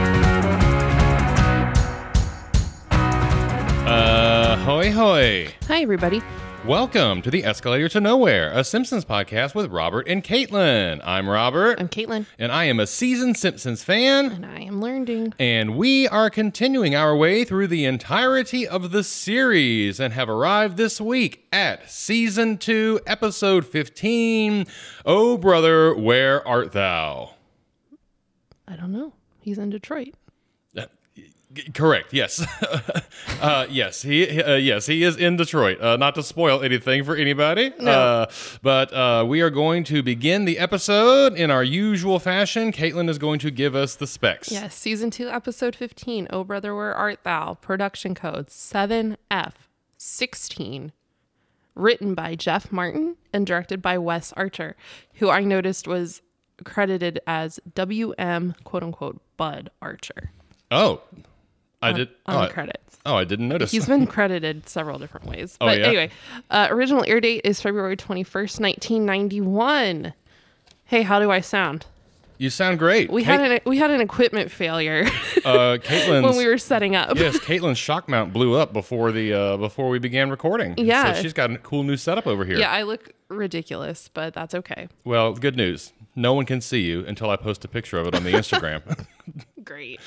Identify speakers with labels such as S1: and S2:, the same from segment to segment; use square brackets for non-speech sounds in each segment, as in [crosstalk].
S1: Hey, Uh, hoy!
S2: Hi, everybody.
S1: Welcome to the Escalator to Nowhere, a Simpsons podcast with Robert and Caitlin. I'm Robert,
S2: I'm Caitlin,
S1: and I am a seasoned Simpsons fan,
S2: and I am learning.
S1: and we are continuing our way through the entirety of the series and have arrived this week at Season 2, Episode 15 Oh, Brother, Where Art Thou?
S2: I don't know. He's in Detroit.
S1: G- Correct. Yes. [laughs] uh, yes. He. he- Uh, yes. He is in Detroit. Uh, not to spoil anything for anybody. Uh, but uh, we are going to begin the episode in our usual fashion. Caitlin is going to give us the specs.
S2: Yes, season two, episode 15. Oh, brother, where art thou? Production code 7F16. Written by Jeff Martin and directed by Wes Archer, who I noticed was credited as WM, quote unquote, Bud Archer
S1: Oh, I did.
S2: on
S1: Oh,
S2: the credits.
S1: oh, I didn't notice.
S2: He's
S1: [laughs]
S2: been credited several different ways. But
S1: Oh, yeah?
S2: anyway, uh, original air date is February 21st, 1991. Hey, how do I sound?
S1: you sound great.
S2: We had an we had an equipment failure [laughs]
S1: uh, Caitlin's.
S2: when we were setting up.
S1: yes, Caitlin's shock mount blew up before the uh, before we began recording.
S2: Yeah.
S1: So she's got a cool new setup over here.
S2: Yeah, I look ridiculous, but that's okay.
S1: Well, good news. No one can see you until I post a picture of it
S2: [laughs]
S1: on the Instagram.
S2: Great.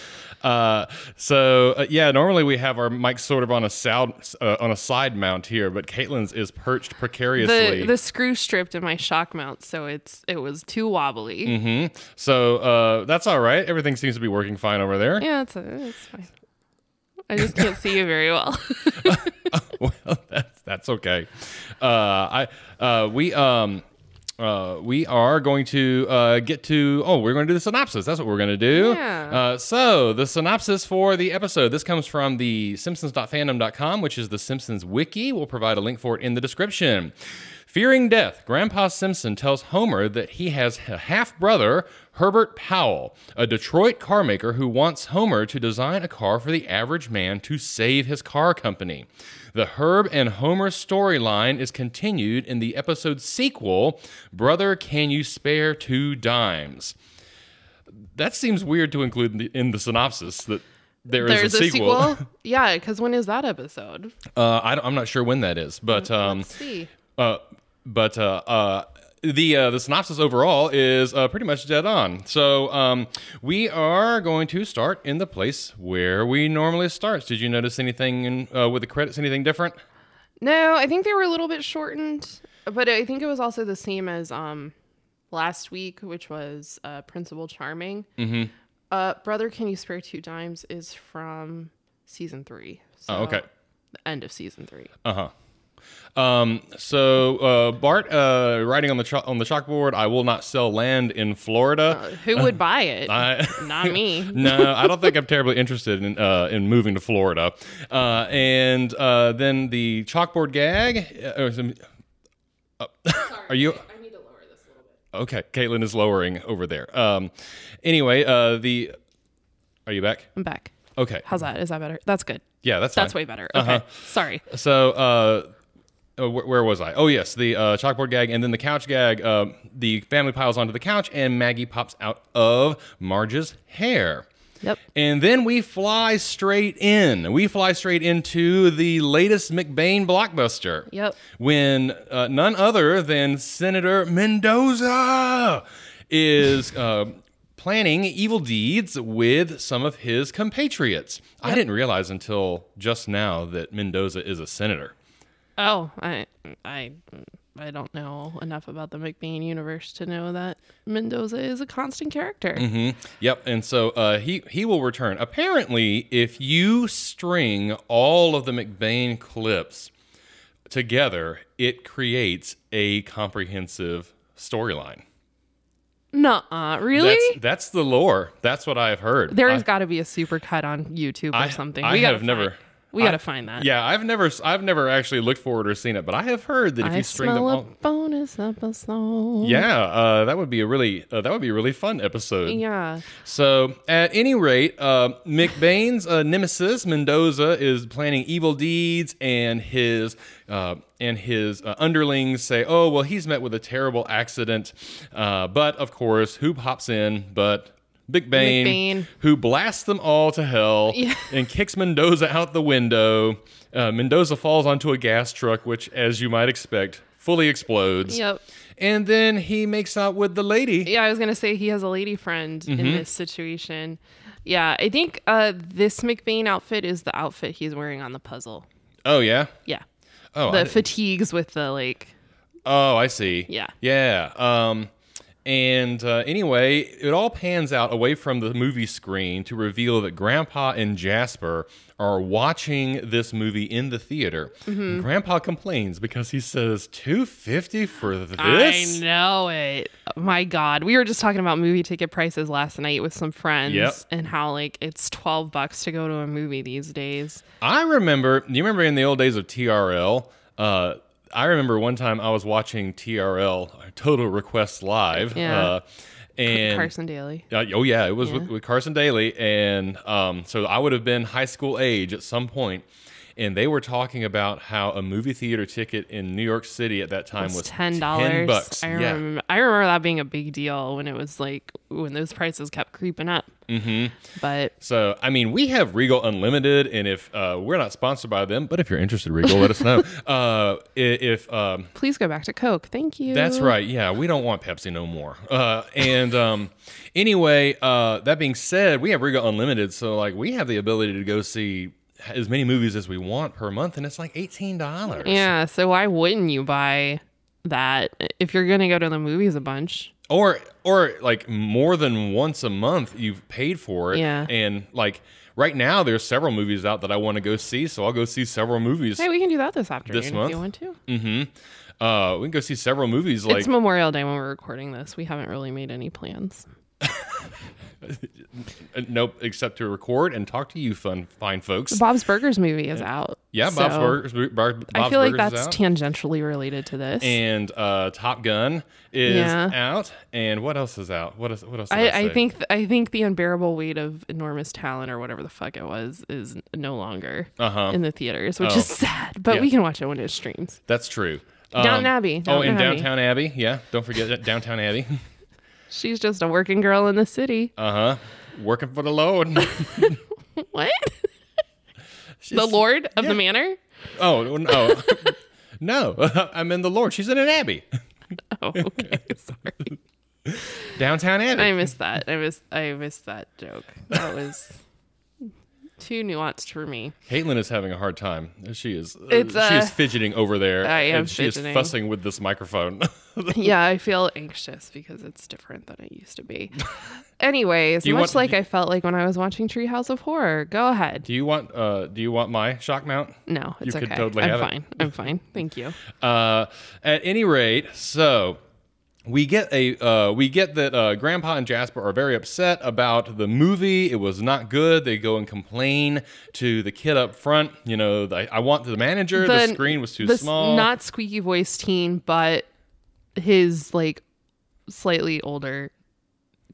S1: Uh, so uh, yeah, normally we have our mic sort of on a sound uh, on a side mount here, but Caitlin's is perched precariously.
S2: The the screw stripped in my shock mount, so it's it was too wobbly.
S1: Mm-hmm. so uh, that's all right. Everything seems to be working fine over there. [laughs]
S2: Yeah, it's, it's fine. I just can't see you very well. [laughs]
S1: well, that's that's okay. Uh, I uh, we um. Uh, we are going to uh, get to oh we're going to do the synopsis that's what we're going to do
S2: Yeah.
S1: uh, so the synopsis for the episode this comes from the simpsons.fandom.com which is the simpsons wiki we'll provide a link for it in the description fearing death grandpa simpson tells homer that he has a half-brother herbert powell a detroit car maker who wants homer to design a car for the average man to save his car company the herb and homer storyline is continued in the episode sequel brother can you spare two dimes that seems weird to include in the, in the synopsis that there is
S2: There's
S1: a sequel. [laughs]
S2: Yeah, because when is that episode?
S1: Uh, I don't, I'm not sure when that is, but um,
S2: Let's see.
S1: uh, but uh, uh, the uh, the synopsis overall is uh, pretty much dead on. So um, we are going to start in the place where we normally start. Did you notice anything in, uh, with the credits? Anything different?
S2: No, I think they were a little bit shortened, but I think it was also the same as um last week, which was uh, Principal Charming. Mm-hmm. Uh, Brother, can you spare two dimes? Is from season three. So
S1: Oh, okay.
S2: The end of season three.
S1: Uh huh. Um, so uh, Bart uh, writing on the cho- on the chalkboard. I will not sell land in Florida.
S2: Who would buy it?
S1: uh, I- [laughs]
S2: Not me.
S1: no, I don't think I'm terribly interested in uh, in moving to Florida. Uh, and uh, then the chalkboard gag. Uh, or some- uh, are you?
S2: I need to lower this a little bit.
S1: Okay, Caitlin is lowering over there. Um, anyway, uh, the are you back?
S2: I'm back.
S1: Okay,
S2: How's that? Is that better? That's good.
S1: yeah, that's
S2: That's
S1: fine.
S2: way better. Okay. Sorry.
S1: So, Uh-huh. uh, uh, wh- where was I? Oh, yes, the uh, chalkboard gag and then the couch gag. Uh, the family piles onto the couch, and Maggie pops out of Marge's hair.
S2: Yep.
S1: And then we fly straight in. We fly straight into the latest McBain blockbuster.
S2: Yep.
S1: When uh, none other than Senator Mendoza is uh, planning evil deeds with some of his compatriots. I didn't realize until just now that Mendoza is a senator.
S2: Oh, I, I, I don't know enough about the McBain universe to know that Mendoza is a constant character.
S1: Mm-hmm. Yep, and so uh, he he will return. Apparently, if you string all of the McBain clips together, it creates a comprehensive storyline.
S2: Nuh-uh, really?
S1: That's that's the lore. That's what I have heard.
S2: There's
S1: I,
S2: got to be a super cut on YouTube or
S1: I-
S2: something.
S1: I
S2: we gotta
S1: have never.
S2: find- We
S1: I-
S2: got to find that.
S1: Yeah, I've never I've never actually looked for it or seen it, but I have heard that if
S2: I
S1: you string them
S2: smell a
S1: all,
S2: bonus episode.
S1: yeah, uh, that would be a really uh, that would be a really fun episode.
S2: Yeah.
S1: So, at any rate, uh, McBain's uh, nemesis Mendoza is planning evil deeds, and his uh, and his uh, underlings say, "Oh, well, he's met with a terrible accident." Uh, but of course, who pops in but Big Bane,
S2: McBain.
S1: who blasts them all to hell
S2: Yeah.
S1: [laughs] and kicks Mendoza out the window. Uh, Mendoza falls onto a gas truck, which, as you might expect, fully explodes.
S2: Yep.
S1: And then he makes out with the lady.
S2: Yeah, I was gonna say he has a lady friend in
S1: Mm-hmm.
S2: this situation. Yeah, I think uh, this McBain outfit is the outfit he's wearing on the puzzle.
S1: Oh, yeah?
S2: Yeah,
S1: Oh,
S2: the
S1: I-
S2: fatigues with the like.
S1: Oh, I see.
S2: Yeah.
S1: Yeah. Um, and uh, anyway, it all pans out away from the movie screen to reveal that Grandpa and Jasper are watching this movie in the theater. And
S2: Mm-hmm.
S1: Grandpa complains because he says 250 for this.
S2: I know it. My God, we were just talking about movie ticket prices last night with some friends,
S1: Yep.
S2: and how like it's twelve bucks to go to a movie these days.
S1: I remember, you remember in the old days of TRL? Uh, I remember one time I was watching TRL, Total Request Live.
S2: Yeah.
S1: Uh, and
S2: Carson Daly.
S1: Uh, oh yeah, it was with, with Carson Daly, and um, so I would have been high school age at some point, and they were talking about how a movie theater ticket in New York City at that time
S2: It's
S1: was
S2: ten dollars.
S1: bucks.
S2: I
S1: Yeah,
S2: remember. I remember that being a big deal when it was like when those prices kept creeping up. Mm-hmm. But
S1: so I mean, we have Regal Unlimited, and if uh, we're not sponsored by them, but if you're interested, Regal, let us know.
S2: [laughs]
S1: Uh, i- if um,
S2: please go back to Coke. Thank you.
S1: That's right. Yeah, we don't want Pepsi no more. Uh, and um, anyway, uh, that being said, we have Riga Unlimited, so like we have the ability to go see as many movies as we want per month, and it's like eighteen dollars.
S2: Yeah. So why wouldn't you buy that if you're gonna go to the movies a bunch?
S1: Or or like more than once a month, you've paid for it.
S2: Yeah.
S1: And like right now, there's several movies out that I want to go see, so I'll go see several movies.
S2: Hey, we can do that this afternoon if
S1: month?
S2: you want to.
S1: Uh, we can go see several movies. Like
S2: it's Memorial Day when we're recording this. We haven't really made any plans.
S1: uh, nope, except to record and talk to you, fun fine folks.
S2: Bob's Burgers movie is out.
S1: Yeah, Bob's
S2: so
S1: Burgers. Bar- Bob's
S2: I feel like
S1: Burgers is
S2: that's
S1: out.
S2: tangentially related to this.
S1: and uh, Top Gun is
S2: Yeah.
S1: out, and what else is out? What is what else? Did I,
S2: I, I
S1: say?
S2: think th- I think the unbearable weight of enormous talent or whatever the fuck it was is no longer
S1: Uh-huh.
S2: in the theaters, which
S1: Oh.
S2: is sad. But we
S1: Yeah.
S2: can watch it when it streams.
S1: that's true.
S2: Downton Abbey,
S1: oh,
S2: Downton
S1: and
S2: Abbey.
S1: Downtown Abbey. Yeah, don't forget that Downtown Abbey. [laughs]
S2: She's just a working girl in the city.
S1: Uh huh. Working for the Lord.
S2: [laughs] what? the
S1: She's-
S2: Lord of
S1: yeah.
S2: the
S1: [laughs]
S2: Manor?
S1: Oh no, [laughs] no. [laughs] I'm in the Lord. She's in an abbey.
S2: Oh, okay. [laughs] Sorry.
S1: Downtown Abbey.
S2: I missed that. I missed I missed that joke. That was
S1: [laughs]
S2: too nuanced for me.
S1: Caitlin is having a hard time. She is. uh,
S2: It's,
S1: she
S2: uh,
S1: is fidgeting over there.
S2: I am
S1: and she
S2: fidgeting.
S1: is fussing with this microphone. [laughs]
S2: yeah, I feel anxious because it's different than it used to be. Anyways,
S1: you
S2: much
S1: want-
S2: like
S1: do-
S2: I felt like when I was watching Treehouse of Horror. Go ahead.
S1: do you want? Uh, do you want my shock mount?
S2: No, it's
S1: could
S2: okay.
S1: totally
S2: I'm
S1: have it.
S2: fine. I'm fine. Thank you.
S1: Uh, at any rate, so we get a uh, we get that uh, Grandpa and Jasper are very upset about the movie. It was not good. They go and complain to the kid up front. You know, the, I want the manager. The, screen was [laughs] too
S2: the s-
S1: small.
S2: Not squeaky voice teen, but his like slightly older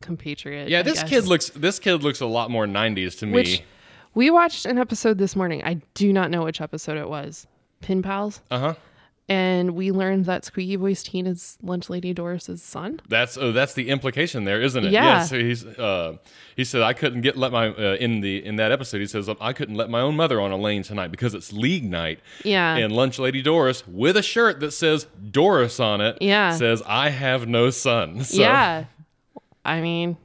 S2: compatriot.
S1: yeah,
S2: I
S1: this
S2: guess.
S1: kid looks this kid looks a lot more '90s to me.
S2: Which we watched an episode this morning. I do not know which episode it was. Pin Pals.
S1: uh huh.
S2: And we learned that Squeaky Voice Teen is Lunch Lady Doris's son.
S1: That's oh, that's the implication there, isn't it?
S2: Yeah.
S1: so he's uh, he said I couldn't get let my uh, in the in that episode. He says I couldn't let my own mother on a lane tonight because it's league night.
S2: Yeah.
S1: and lunch lady Doris with a shirt that says Doris on it.
S2: Yeah.
S1: Says I have no son. [laughs] So,
S2: Yeah. I mean,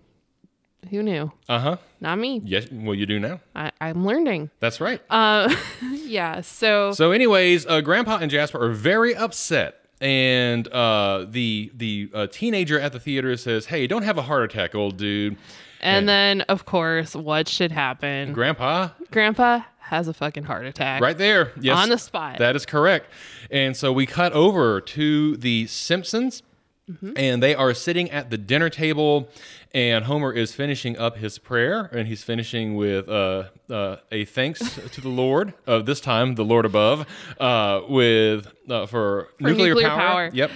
S2: who knew?
S1: Uh huh.
S2: Not me.
S1: Yes. Well, you do now.
S2: I, I'm learning.
S1: That's right.
S2: Uh, yeah. So,
S1: so, anyways, uh, Grandpa and Jasper are very upset. And uh, the the uh, teenager at the theater says, "Hey, don't have a heart attack, old dude."
S2: and then of course, what should happen?
S1: Grandpa,
S2: Grandpa has a fucking heart attack.
S1: right there, yes,
S2: On the spot.
S1: That is correct. And so we cut over to the Simpsons.
S2: Mm-hmm.
S1: And they are sitting at the dinner table, and Homer is finishing up his prayer, and he's finishing with uh, uh, a
S2: [laughs]
S1: thanks to the Lord, uh, this time the Lord above, uh, with uh, for, nuclear,
S2: nuclear
S1: power.
S2: power.
S1: Yep,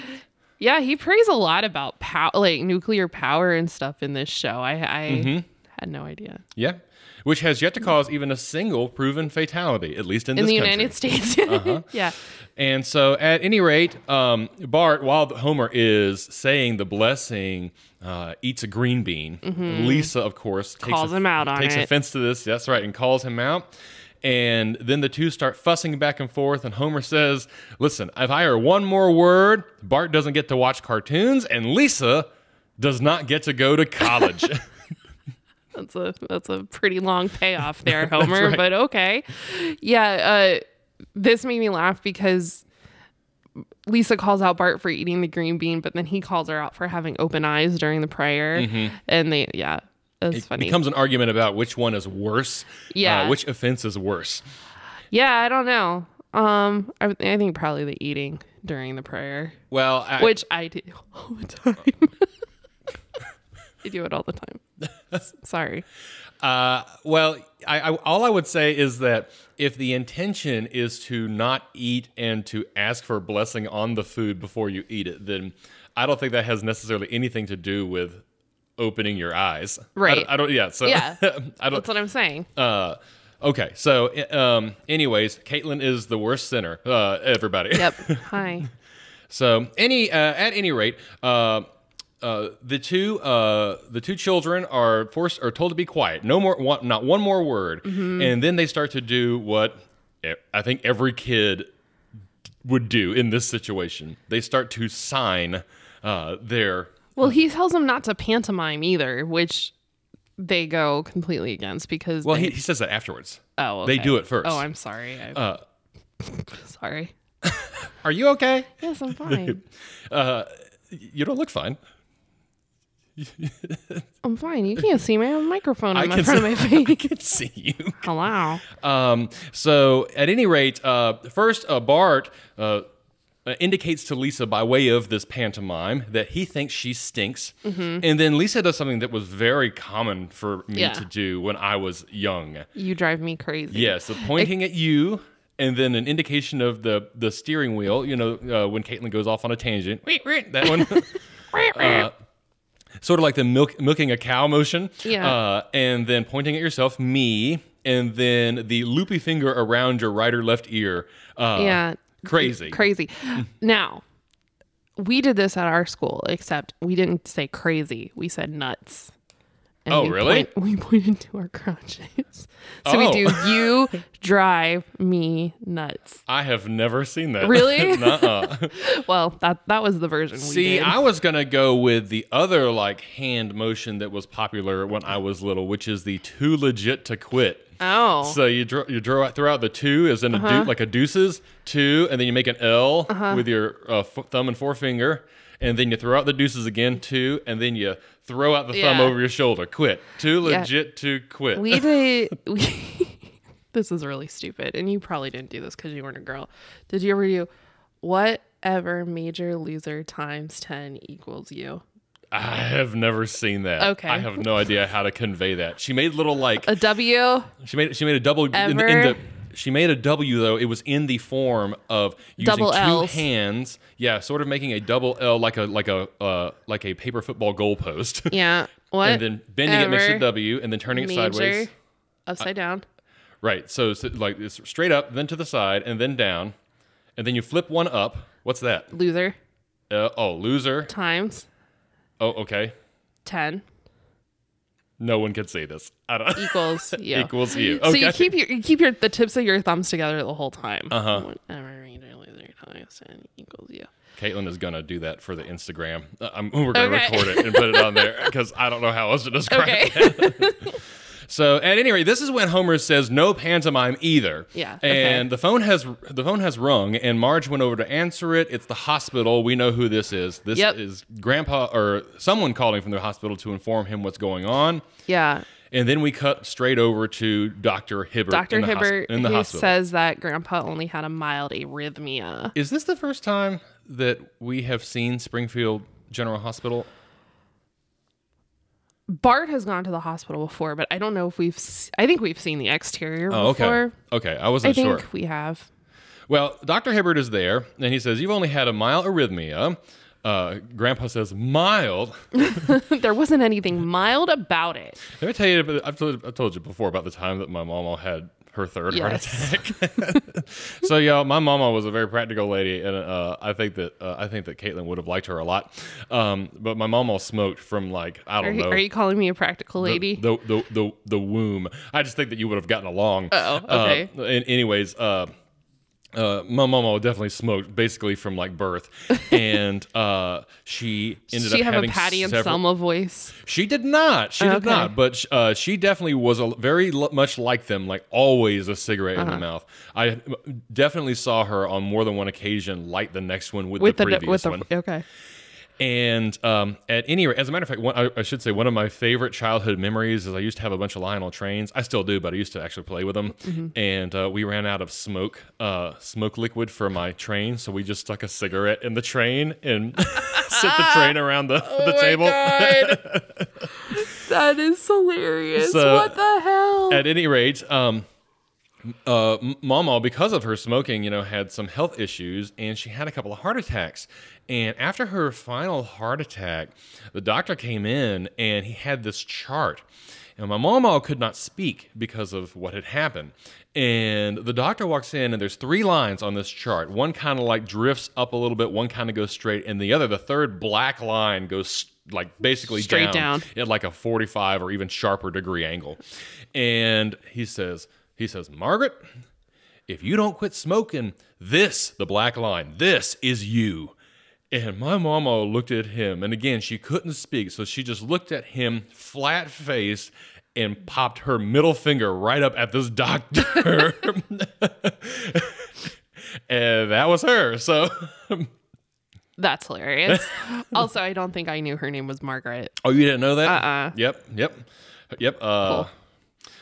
S2: Yeah, he prays a lot about pow- like nuclear power and stuff in this show. I I Had no idea.
S1: Yeah, which has yet to cause even a single proven fatality, at least in,
S2: In Uh-huh.
S1: this
S2: the
S1: country.
S2: United States. [laughs] yeah.
S1: And so, at any rate, um, Bart, while Homer is saying the blessing, uh, eats a green bean. Lisa, of course, takes
S2: Mm-hmm. Calls him out on
S1: takes
S2: it.
S1: offense to this. That's right, and calls him out. And then the two start fussing back and forth. And Homer says, "Listen, if I hear one more word, Bart doesn't get to watch cartoons, and Lisa does not get to
S2: [laughs]
S1: go to college."
S2: That's a that's a pretty long
S1: [laughs]
S2: payoff there, Homer. But okay, yeah. Uh, this made me laugh because Lisa calls out Bart for eating the green bean, but then he calls her out for having open eyes during the prayer,
S1: Mm-hmm.
S2: and they yeah, that's funny.
S1: Becomes an argument about which one is worse.
S2: Yeah.
S1: uh, which offense is worse.
S2: yeah, I don't know. Um, I, would- I think probably the eating during the prayer,
S1: Well, I,
S2: which I do all the time. [laughs] I do it all the
S1: [laughs]
S2: time. S- Sorry.
S1: Uh, well, I, I, all I would say is that if the intention is to not eat and to ask for a blessing on the food before you eat it, then I don't think that has necessarily anything to do with opening your eyes. I don't-
S2: Right.
S1: I, don't. Yeah. So
S2: Yeah.
S1: [laughs] I don't.
S2: That's what I'm saying.
S1: Uh, okay. So, i- um, anyways, Caitlin is the worst sinner. Uh, everybody. [laughs]
S2: Yep. Hi.
S1: So any uh, at any rate, uh, uh, the two uh, the two children are forced are told to be quiet. No more, one, not one more word. And then they start to do what e- I think every kid would do in this situation. They start to sign uh, their.
S2: Well, he tells them not to pantomime either, which they go completely against because
S1: Well,
S2: they,
S1: he, he says that afterwards.
S2: oh
S1: they
S2: okay.
S1: do it first. Uh,
S2: Oh, I'm sorry. I'm [laughs] sorry.
S1: Are you okay?
S2: Yes,
S1: [laughs]
S2: I'm fine.
S1: You don't look fine.
S2: I'm fine. You can't see me. I have a microphone in
S1: can
S2: my front of
S1: [laughs]
S2: my
S1: I
S2: face.
S1: can see you.
S2: Hello.
S1: Um, so, at any rate, uh, first, uh, Bart uh, uh, indicates to Lisa by way of this pantomime that he thinks she stinks. And then Lisa does something that was very common for me
S2: Yeah.
S1: to do when I was young.
S2: You drive me crazy. [laughs]
S1: Yes, a pointing at you. And then an indication of the, the steering wheel, you know, uh, when Caitlin goes off on a tangent, that one, uh, sort of like the milk, milking a cow motion.
S2: Yeah.
S1: Uh, and then pointing at yourself, me, and then the loopy finger around your right or left ear. Uh,
S2: Yeah.
S1: Crazy. [laughs]
S2: Crazy. now, we did this at our school, except we didn't say crazy. We said nuts. And
S1: Oh,
S2: we
S1: really?
S2: point- we [laughs] pointed to our crotches. So we
S1: Oh.
S2: do you drive me
S1: [laughs]
S2: nuts.
S1: I have never seen that.
S2: Really?
S1: Nuh-uh.
S2: [laughs] Well, that that was the version we
S1: See,
S2: did.
S1: I was gonna go with the other like hand motion that was popular when I was little, which is the too legit to quit.
S2: oh,
S1: So you draw you draw throw out the two as in
S2: Uh-huh.
S1: a deu- like a deuces two, and then you make an L with your uh, f- thumb and forefinger, and then you throw out the deuces again two, and then you throw out the thumb
S2: Yeah.
S1: over your shoulder. Quit. Too legit to quit.
S2: we did. We, [laughs] this is really stupid, and you probably didn't do this because you weren't a girl. Did you ever do whatever major loser times ten equals you?
S1: I have never seen that.
S2: Okay.
S1: I have no idea how to convey that. She made little like
S2: A W.
S1: she made she made a double in the- in,
S2: Ever?
S1: the. She made a W though. It was in the form of using
S2: Double
S1: two
S2: Ls.
S1: hands. Yeah, sort of making a double L like a like a uh, like a paper football goalpost. [laughs]
S2: Yeah. What?
S1: and then bending it makes a
S2: ever
S1: W, and then turning it sideways.
S2: Major. Upside down.
S1: Right. So, so like it's straight up, then to the side, and then down, and then you flip one up. What's that?
S2: Loser
S1: Uh, oh, loser.
S2: times
S1: Oh, okay.
S2: ten
S1: No one can say this. I don't. [laughs]
S2: equals you.
S1: equals you.
S2: So
S1: Okay.
S2: you keep your you keep your the tips of your thumbs together the whole time. Uh
S1: Uh-huh.
S2: huh. Whatever major loser times ten equals
S1: [laughs]
S2: you.
S1: Caitlin is gonna do that for the Instagram. Uh, I'm, we're gonna
S2: Okay.
S1: record it and put it on
S2: [laughs]
S1: there because I don't know how else to describe
S2: Okay.
S1: it. [laughs] So at any rate, this is when Homer says no pantomime either.
S2: Yeah, okay.
S1: And the phone has the phone has rung, and Marge went over to answer it. It's the hospital. We know who this is. This
S2: Yep.
S1: is Grandpa or someone calling from the hospital to inform him what's going on.
S2: yeah.
S1: And then we cut straight over to Doctor Hibbert.
S2: Dr.
S1: in the hos-
S2: Hibbert,
S1: in the
S2: who
S1: hospital.
S2: says that grandpa only had a mild arrhythmia.
S1: is this the first time that we have seen Springfield General Hospital?
S2: Bart has gone to the hospital before, but I don't know if we've, s I I think we've seen the exterior
S1: Oh, okay.
S2: before.
S1: Okay, I
S2: I
S1: wasn't sure.
S2: think we have. [laughs]
S1: Well, Dr. Hibbert is there, and he says, You've only had a mild arrhythmia. Uh, Uh, Grandpa says mild.
S2: there wasn't anything mild about it.
S1: Let me tell you, I've told, I've told you before about the time that my mama had her third
S2: Yes.
S1: heart attack. so, y'all, my mama was a very practical lady, and uh, I think that uh, I think that Caitlin would have liked her a lot. Um, but my mama smoked from like I
S2: Are
S1: don't
S2: you,
S1: know.
S2: are you calling me a practical
S1: the-
S2: lady?
S1: The, the the the womb. I just think that you would have gotten along.
S2: Oh, okay.
S1: Uh, and anyways, uh, uh, my mama definitely smoked basically from like
S2: [laughs]
S1: birth, and uh, she ended
S2: Did she
S1: up
S2: have a
S1: having
S2: Patty and
S1: several-
S2: Selma voice?
S1: She did not. She did
S2: Okay.
S1: not. But uh, she definitely was a, very l- much like them. Like always, a cigarette
S2: Uh-huh.
S1: in the mouth. I uh, definitely saw her on more than one occasion light the next one with,
S2: With
S1: the
S2: the,
S1: previous
S2: with the
S1: one.
S2: okay.
S1: And um, at any rate, as a matter of fact, one, I, I should say one of my favorite childhood memories is I used to have a bunch of Lionel trains. I still do, but I used to actually play with them. And uh, we ran out of smoke, uh, smoke liquid for my train, so we just stuck a cigarette in the train and [laughs] set the train around the, the table.
S2: [laughs] that is hilarious.
S1: So-
S2: what the hell?
S1: at any rate, um, uh, M- Mama, because of her smoking, you know, had some health issues, and she had a couple of heart attacks. And after her final heart attack, the doctor came in and he had this chart. And my mama could not speak because of what had happened. And the doctor walks in, and there's three lines on this chart. One kind of like drifts up a little bit, one kind of goes straight, and the other, the third black line, goes like basically
S2: Straight down.
S1: at like a 45 or even sharper degree angle. And he says, he says, Margaret, if you don't quit smoking, this, the black line, this is you. And my mama looked at him, and again, she couldn't speak, so she just looked at him flat faced and popped her middle finger right up at this doctor. [laughs] and that was her. So,
S2: That's hilarious. [laughs] also, I don't think I knew her name was Margaret.
S1: oh, you didn't know that?
S2: Uh-uh.
S1: Yep, yep, yep. Uh,
S2: Cool.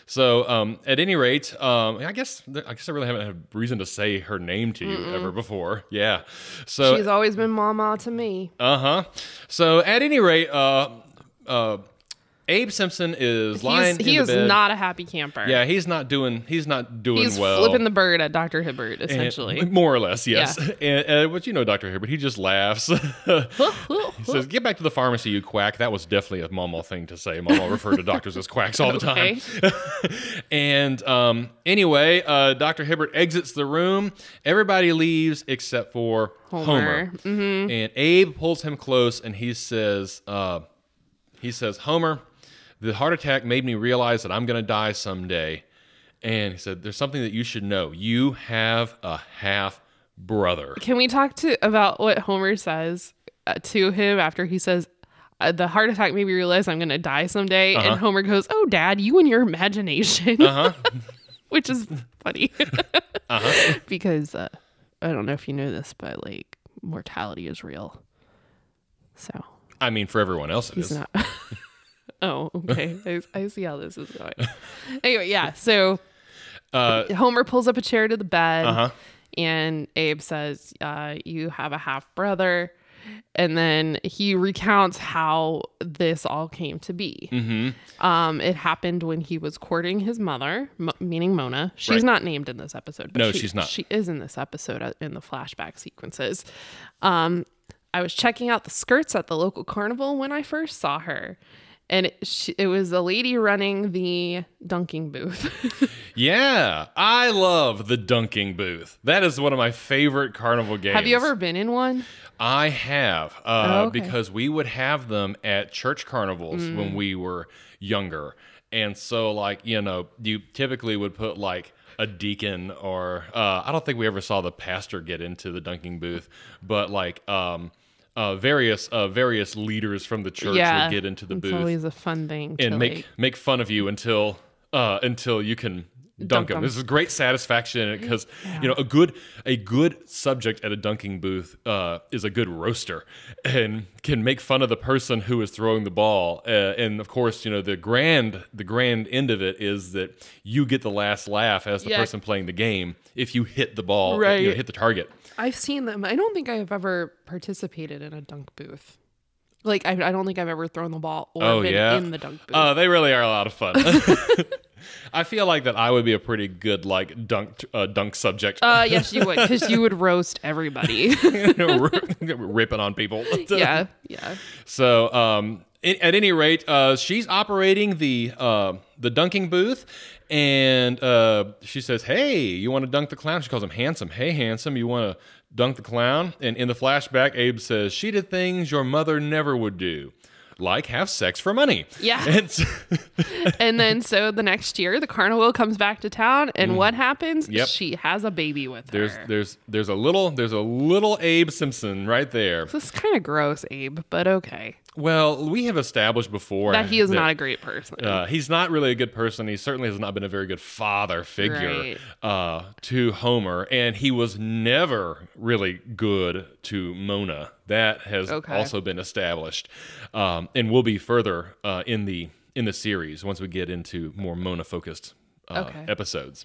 S1: So, um, at any rate, um, I guess I guess I really haven't had reason to say her name to you ever before. Yeah. So,
S2: She's always been mama to me.
S1: Oh, uh huh. So, at any rate, uh, uh, Abe Simpson is lying.
S2: He's, he
S1: in
S2: is
S1: the bed.
S2: not a happy camper.
S1: Yeah, he's not doing. He's not doing
S2: He's
S1: well.
S2: flipping the bird at Dr. Hibbert,
S1: And-
S2: [laughs] essentially.
S1: more or less, yes. And, [laughs] and what you know, Doctor Hibbert, he just laughs. [laughs] He says, "Get back to the pharmacy, you quack." That was definitely a mama thing to say. Mama referred to doctors as quacks all the time. [laughs] and um, anyway, uh, Doctor Hibbert exits the room. Everybody leaves except for Homer.
S2: Homer. Mm-hmm.
S1: And Abe pulls him close, and he says, uh, "He says, Homer, the heart attack made me realize that I'm going to die someday." And he said, "There's something that you should know. You have a half brother."
S2: [laughs] Can we talk to about what Homer says uh, to him after he says, uh, the heart attack made me realize I'm going to die someday.
S1: Uh-huh.
S2: And Homer goes, Oh, dad, you and your imagination,
S1: Uh huh.
S2: which is funny. Because uh, I don't know if you know this, but like mortality is real. So
S1: I mean, for everyone else, it is.
S2: He's not. [laughs] oh, okay. I, I see how this is going. Anyway, yeah. So
S1: Uh,
S2: Homer pulls up a chair to the bed,
S1: Uh-huh.
S2: and Abe says, uh, "You have a half brother." And then he recounts how this all came to be.
S1: Mm-hmm.
S2: Um, it happened when he was courting his mother, m- meaning Mona.
S1: Right.
S2: She's not named in this episode. But
S1: No,
S2: she-
S1: she's not.
S2: She is in this episode uh, in the flashback sequences. Um, I was checking out the skirts at the local carnival when I first saw her. And it, she, it was a lady running the dunking booth. [laughs]
S1: Yeah, I love the dunking booth. That is one of my favorite carnival games.
S2: Have you ever been in one?
S1: I have, uh,
S2: Oh, okay. Mm.
S1: because we would have them at church carnivals when we were younger, and so like you know, you typically would put like a deacon or uh, I don't think we ever saw the pastor get into the dunking booth, but like um, uh, various uh, various leaders from the church
S2: yeah.
S1: would get into the
S2: it's
S1: booth
S2: always a fun thing. to
S1: and make
S2: like-
S1: make fun of you until uh, until you can dunk,
S2: Dunk
S1: them.
S2: 'em.
S1: This is great satisfaction because you know a good a good subject at a dunking booth uh, is a good roaster and can make fun of the person who is throwing the ball. Uh, and of course, you know the grand the grand end of it is that you get the last laugh as the
S2: Yeah.
S1: person playing the game if you hit the ball, you know,
S2: Right.
S1: hit the target.
S2: I've seen them. I don't think I've ever participated in a dunk booth. Like I, I don't think I've ever thrown the ball or
S1: Oh,
S2: been
S1: yeah?
S2: in the dunk booth.
S1: Oh, they really are a lot of fun. [laughs] I feel like that I would be a pretty good like dunk uh, dunk subject,
S2: Uh, yes, you would, because you would roast everybody.
S1: [laughs]
S2: [laughs]
S1: ripping on people.
S2: yeah, yeah.
S1: [laughs] So, um, i- at any rate, uh, she's operating the uh, the dunking booth, and uh, she says, "Hey, you want to dunk the clown?" She calls him handsome. Hey, handsome, you want to dunk the clown? And in the flashback, Abe says, "She did things your mother never would do." Like have sex for money. [laughs]
S2: Yeah.
S1: And so-
S2: And then so the next year, the carnival comes back to town, and what happens?
S1: Mm. Yep.
S2: She has a baby with
S1: there's
S2: her.
S1: there's there's a little there's a little Abe Simpson right there.
S2: this is kind of gross, Abe, but okay.
S1: Well, we have established before
S2: That he is not a great person.
S1: uh, he's not really a good person. He certainly has not been a very good father figure uh, to Homer, and he was never really good to Mona. That has
S2: Okay.
S1: also been established, um, and will be further uh, in the in the series once we get into more Mona focused. Uh,
S2: Okay.
S1: Episodes.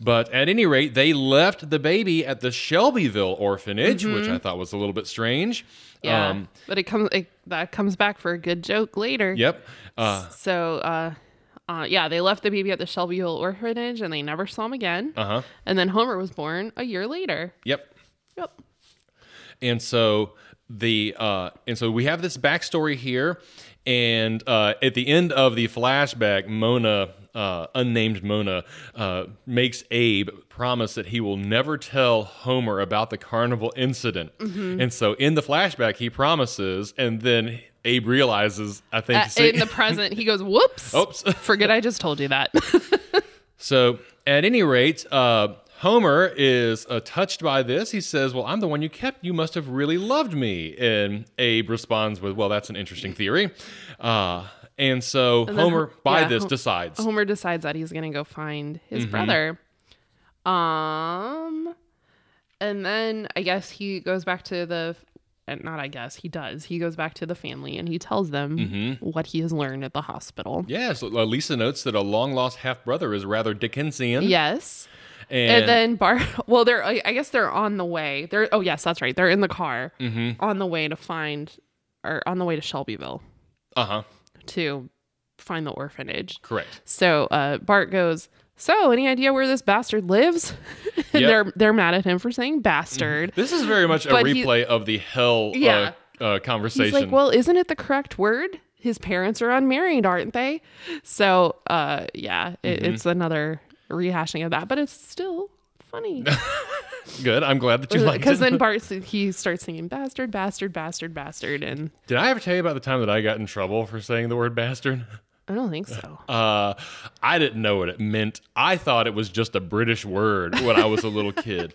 S1: But at any rate, they left the baby at the Shelbyville orphanage, which I thought was a little bit strange.
S2: Mm-hmm.
S1: Um,
S2: yeah, but it comes it, that comes back for a good joke later.
S1: yep. Uh,
S2: So, uh, uh, yeah, they left the baby at the Shelbyville orphanage, and they never saw him again.
S1: uh huh.
S2: And then Homer was born a year later.
S1: Yep.
S2: Yep.
S1: and so the uh, and so we have this backstory here, and uh, at the end of the flashback, Mona, uh, unnamed Mona, uh, makes Abe promise that he will never tell Homer about the carnival incident,
S2: Mm-hmm.
S1: and so in the flashback he promises, and then Abe realizes, I think,
S2: At-
S1: see-
S2: Uh, in the present, he goes, "Whoops,
S1: Oops.
S2: [laughs] forget I just told you that."
S1: So, at any rate, uh, Homer is uh, touched by this. He says, Well, I'm the one you kept. You must have really loved me. And Abe responds with, Well, that's an interesting theory. Uh, and so
S2: then
S1: Homer,
S2: Ho-
S1: by
S2: yeah,
S1: this,
S2: Ho-
S1: decides.
S2: Homer decides that he's gonna go find his brother. Um, and then I guess he goes back to the, and not I guess he does. He goes back to the family and he tells them what he has learned at the hospital.
S1: Yes, uh, Lisa notes that a long lost half brother is rather Dickensian.
S2: Yes,
S1: And,
S2: and, then Bart. [laughs] Well, they're I I guess they're on the way. They're oh yes, that's right. They're in the car on the way to find, or on the way to Shelbyville
S1: uh huh,
S2: to find the orphanage.
S1: correct.
S2: So uh, Bart goes, "So, any idea where this bastard lives?" [laughs] and
S1: Yep.
S2: they're they're mad at him for saying bastard.
S1: This is very much a
S2: But he-
S1: replay of the hell
S2: Yeah.
S1: uh, uh, conversation.
S2: He's like, "Well, isn't it the correct word? His parents are unmarried, aren't they?" So, uh, yeah, it, it's another rehashing of that, but it's still funny
S1: Good. I'm glad that you liked it. [laughs]
S2: because uh, then Bart s- he starts singing bastard, bastard, bastard, bastard, and
S1: Did I ever tell you about the time that I got in trouble for saying the word bastard?
S2: I don't think so.
S1: Uh, I didn't know what it meant. I thought it was just a British word when I was a little kid.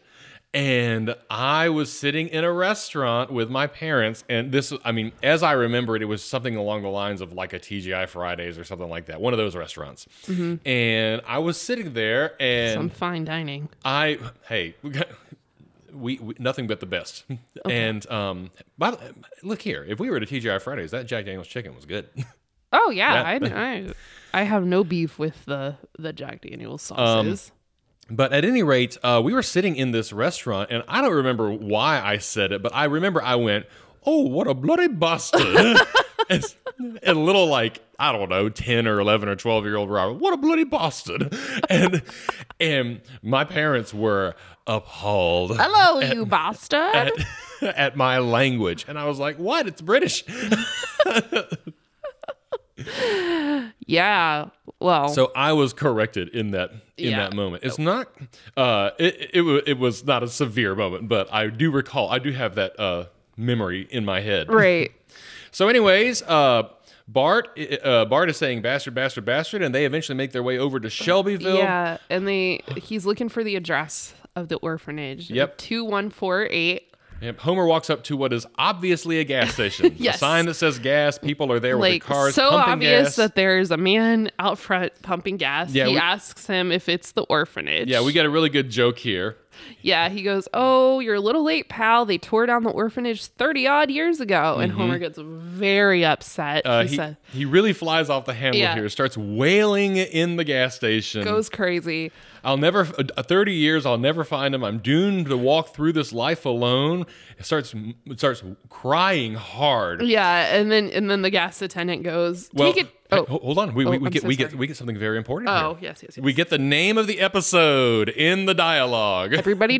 S1: And I was sitting in a restaurant with my parents, and this, I mean, as I remember it, it was something along the lines of like a TGI Fridays or something like that, one of those restaurants. And I was sitting there, and
S2: Some fine dining.
S1: I hey, we, got, we, we nothing but the best. And um, by the, look here, if we were at a TGI Fridays, that Jack Daniel's chicken was good.
S2: Oh yeah,
S1: [laughs] Yeah.
S2: I, I I have no beef with the the Jack Daniel's
S1: Um,
S2: sauces.
S1: But at any rate, uh, we were sitting in this restaurant, and I don't remember why I said it, but I remember I went, "Oh, what a bloody bastard!" and a little like I don't know, ten or eleven or twelve year old Robert, "What a bloody bastard!" [laughs] And and my parents were appalled
S2: Hello, you bastard.
S1: at, [laughs] at my language, and I was like, "What? It's British."
S2: yeah. Well,
S1: So I was corrected in that in
S2: Yeah.
S1: that moment. It's not uh it it, wa- it was not a severe moment, but I do recall I do have that uh memory in my head. [laughs]
S2: right.
S1: So anyways, uh Bart uh, Bart is saying bastard bastard bastard and they eventually make their way over to Shelbyville.
S2: Yeah, and they he's looking for the address of the orphanage.
S1: Yep.
S2: 2148.
S1: Yep. Homer walks up to what is obviously a gas
S2: [laughs]
S1: station.
S2: Yes.
S1: A sign that says gas, people are there
S2: Like
S1: with their cars
S2: so
S1: pumping
S2: obvious
S1: gas.
S2: that there's a man out front pumping gas.
S1: Yeah,
S2: he
S1: we-
S2: asks him if it's the orphanage.
S1: yeah, we got a really good joke here.
S2: Yeah, he goes, "Oh, you're a little late, pal. They tore down the orphanage 30 odd years ago." And Homer gets very upset.
S1: Mm-hmm. Uh,
S2: he,
S1: he,
S2: said,
S1: he really flies off the handle
S2: Yeah.
S1: here. Starts wailing in the gas station.
S2: "Goes crazy."
S1: I'll never, uh, 30 years, I'll never find him. I'm doomed to walk through this life alone. It starts, it starts crying hard.
S2: Yeah, and then and then the gas attendant goes, "Take
S1: Well,
S2: it."
S1: hey,
S2: Oh,
S1: ho- hold on. We, we,
S2: Oh,
S1: we
S2: I'm
S1: get
S2: so
S1: we get
S2: sorry.
S1: we get something very important.
S2: oh,
S1: here.
S2: yes, yes, yes.
S1: We get the name of the episode in the dialogue.
S2: Everybody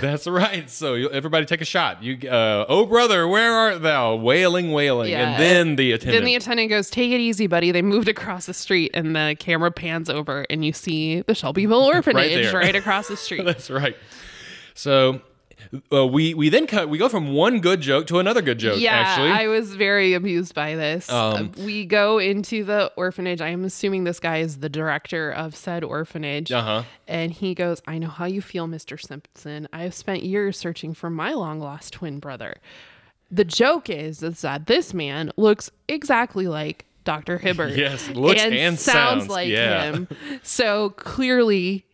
S1: [laughs] That's right. So you, everybody take a shot. You, uh, oh brother, where art thou? Wailing, wailing,
S2: Yeah.
S1: and then the attendant. [laughs]
S2: Then the attendant goes, "Take it easy, buddy." They moved across the street, and the camera pans over, and you see the
S1: [laughs]
S2: Shelbyville orphanage
S1: there.
S2: right, across
S1: [laughs]
S2: the street.
S1: That's right. So uh, we we then cut. We go from one good joke to another good joke.
S2: yeah,
S1: actually,
S2: I was very amused by this.
S1: Um,
S2: Uh, we go into the orphanage. I am assuming this guy is the director of said orphanage.
S1: Uh-huh.
S2: And he goes, I know how you feel, Mr. Simpson. I have spent years searching for my long lost twin brother. The joke is, is that this man looks exactly like
S1: [laughs]
S2: Dr. Hibbert.
S1: Yes, looks and sounds,
S2: like
S1: yeah.
S2: him. So clearly,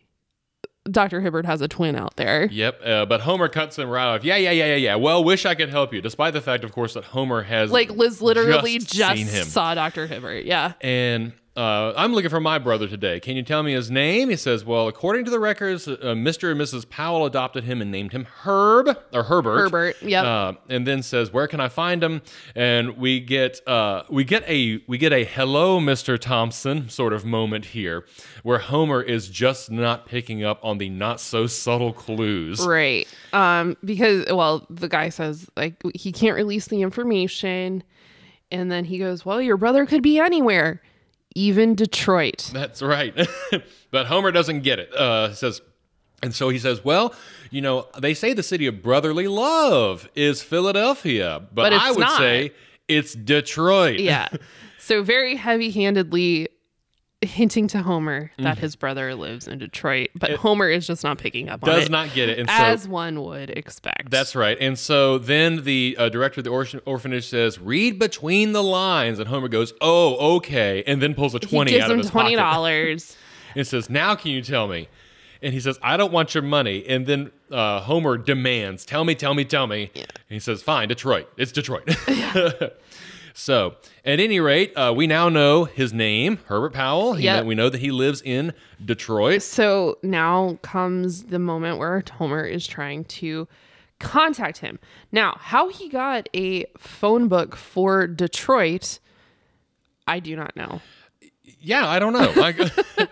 S2: Dr. Hibbert has a twin out there.
S1: Yep, uh, but Homer cuts him right off. Yeah, yeah, yeah, yeah, yeah. Well, wish I could help you, despite the fact, of course, that Homer has
S2: Like Liz literally
S1: Just
S2: just,
S1: seen him.
S2: saw Dr. Hibbert. Yeah.
S1: and uh, I'm looking for my brother today. Can you tell me his name? He says, Well, according to the records, uh, Mr. and Mrs. Powell adopted him and named him Herb or Herbert.
S2: Herbert, yep.
S1: Uh, and then says, Where can I find him? And we get uh, we get a we get a hello, Mr. Thompson sort of moment here, where Homer is just not picking up on the not so subtle clues.
S2: Right. Um, because well, the guy says like he can't release the information, and then he goes, "Well, your brother could be anywhere, even Detroit."
S1: [laughs] That's right. but Homer doesn't get it. Uh, says, and so he says, "Well, you know, they say the city of brotherly love is Philadelphia, but,
S2: But it's
S1: I would
S2: not.
S1: say it's Detroit."
S2: Yeah. so very heavy-handedly hinting to Homer
S1: Mm-hmm.
S2: that his brother lives in Detroit, but Homer is just not picking up on
S1: does
S2: it
S1: not get it, and so
S2: as one would expect.
S1: That's right. And so then the uh, director of the orphan- orphanage says, "Read between the lines," and Homer goes, "Oh, okay," and then pulls a
S2: he
S1: twenty
S2: gives
S1: out of
S2: him
S1: his
S2: twenty
S1: pocket. [laughs]
S2: dollars.
S1: and says, "Now can you tell me?" And he says, "I don't want your money." And then uh, Homer demands, "Tell me, tell me, tell me." And he says, "Fine, Detroit. It's Detroit." [laughs] so, at any rate, uh, we now know his name, Herbert Powell. He
S2: Yep.
S1: know- we know that he lives in Detroit.
S2: So now comes the moment where Homer is trying to contact him. Now, how he got a phone book for Detroit, I do not know.
S1: Yeah, I don't know. [laughs] I-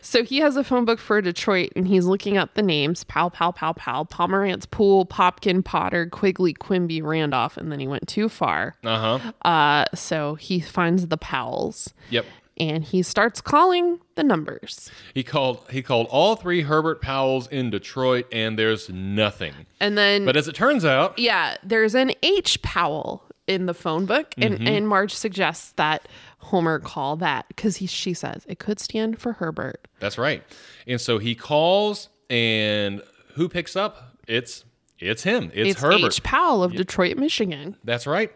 S2: So he has a phone book for Detroit and he's looking up the names Pow, Pow, Pow, Pow, Pomerantz, Pool, Popkin, Potter, Quigley, Quimby, Randolph, and then he went too far.
S1: uh huh.
S2: Uh, so he finds the Powells
S1: Yep.
S2: and he starts calling the numbers.
S1: He called. He called all three Herbert Powells in Detroit, and there's nothing.
S2: And then.
S1: But as it turns out,
S2: Yeah, there's an H Powell in the phone book, and,
S1: Mm-hmm.
S2: and Marge suggests that Homer call that because he she says it could stand for Herbert.
S1: That's right. And so he calls, and who picks up? It's it's him. It's,
S2: It's
S1: Herbert.
S2: H Powell of Detroit, Michigan.
S1: That's right.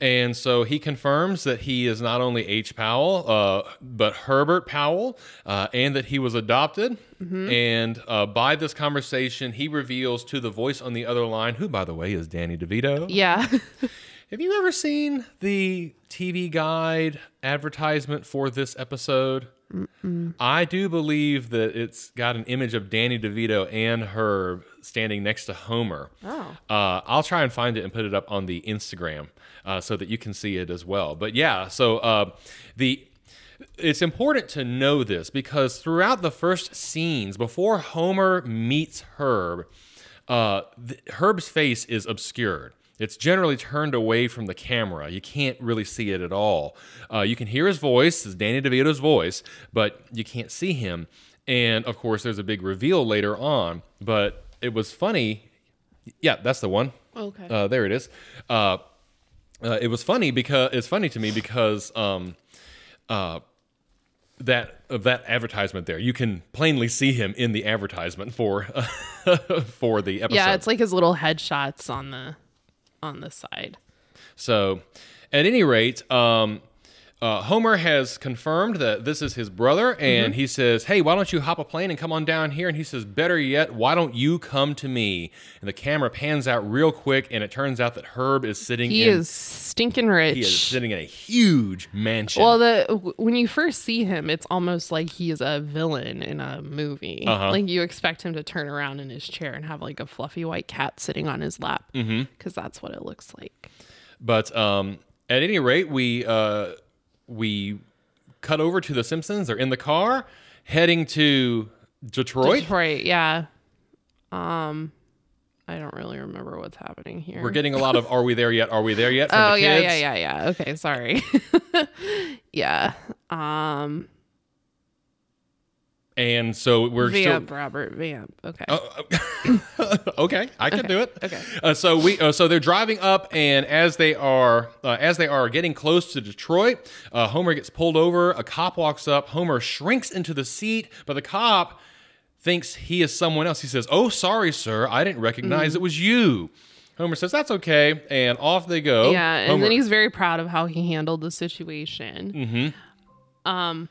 S1: And so he confirms that he is not only H. Powell, uh, but Herbert Powell, uh, and that he was adopted. And uh, by this conversation, he reveals to the voice on the other line, who, by the way, is Danny DeVito.
S2: Yeah, [laughs]
S1: Have you ever seen the TV guide advertisement for this episode? I do believe that it's got an image of Danny DeVito and Herb standing next to Homer.
S2: Oh.
S1: Uh, I'll try and find it and put it up on the Instagram uh, so that you can see it as well. But yeah, so uh, the it's important to know this because throughout the first scenes, before Homer meets Herb, uh, th- Herb's face is obscured. It's generally turned away from the camera. You can't really see it at all. Uh, you can hear his voice, it's Danny DeVito's voice, but you can't see him. And of course, there's a big reveal later on. But it was funny. Yeah, that's the one.
S2: Okay.
S1: Uh, there it is. Uh, uh, it was funny because it's funny to me because um, that of that advertisement there. You can plainly see him in the advertisement for [laughs] for the episode.
S2: yeah, it's like his little headshots on the on the side.
S1: so at any rate, um, Uh, Homer has confirmed that this is his brother,
S2: Mm-hmm.
S1: and he says, Hey, why don't you hop a plane and come on down here? And he says, Better yet, why don't you come to me? And the camera pans out real quick, and it turns out that Herb is sitting
S2: He
S1: in
S2: is stinking rich.
S1: he is sitting in a huge mansion.
S2: Well, the w- when you first see him, it's almost like he is a villain in a movie.
S1: Uh-huh.
S2: Like you expect him to turn around in his chair and have like a fluffy white cat sitting on his lap, because
S1: Mm-hmm.
S2: that's what it looks like.
S1: But um, at any rate, we uh, we cut over to the Simpsons. They're in the car heading to Detroit.
S2: Detroit, yeah. Um, I don't really remember what's happening here.
S1: We're getting a lot of "Are we there yet? Are we there yet?" from
S2: oh
S1: the
S2: yeah,
S1: kids.
S2: yeah, yeah, yeah. Okay, sorry. [laughs] yeah, um,
S1: And so we're still Oh,
S2: Vamp, Robert Vamp. Okay.
S1: Uh, [laughs] okay, I can do it.
S2: okay.
S1: Uh, so we uh, so they're driving up, and as they are uh, as they are getting close to Detroit, uh, Homer gets pulled over. A cop walks up. Homer shrinks into the seat, but the cop thinks he is someone else. He says, "Oh, sorry, sir, I didn't
S2: Mm-hmm.
S1: recognize it was you." Homer says, "That's okay," and off they go.
S2: Yeah, and
S1: Homer-
S2: then he's very proud of how he handled the situation.
S1: Mm-hmm.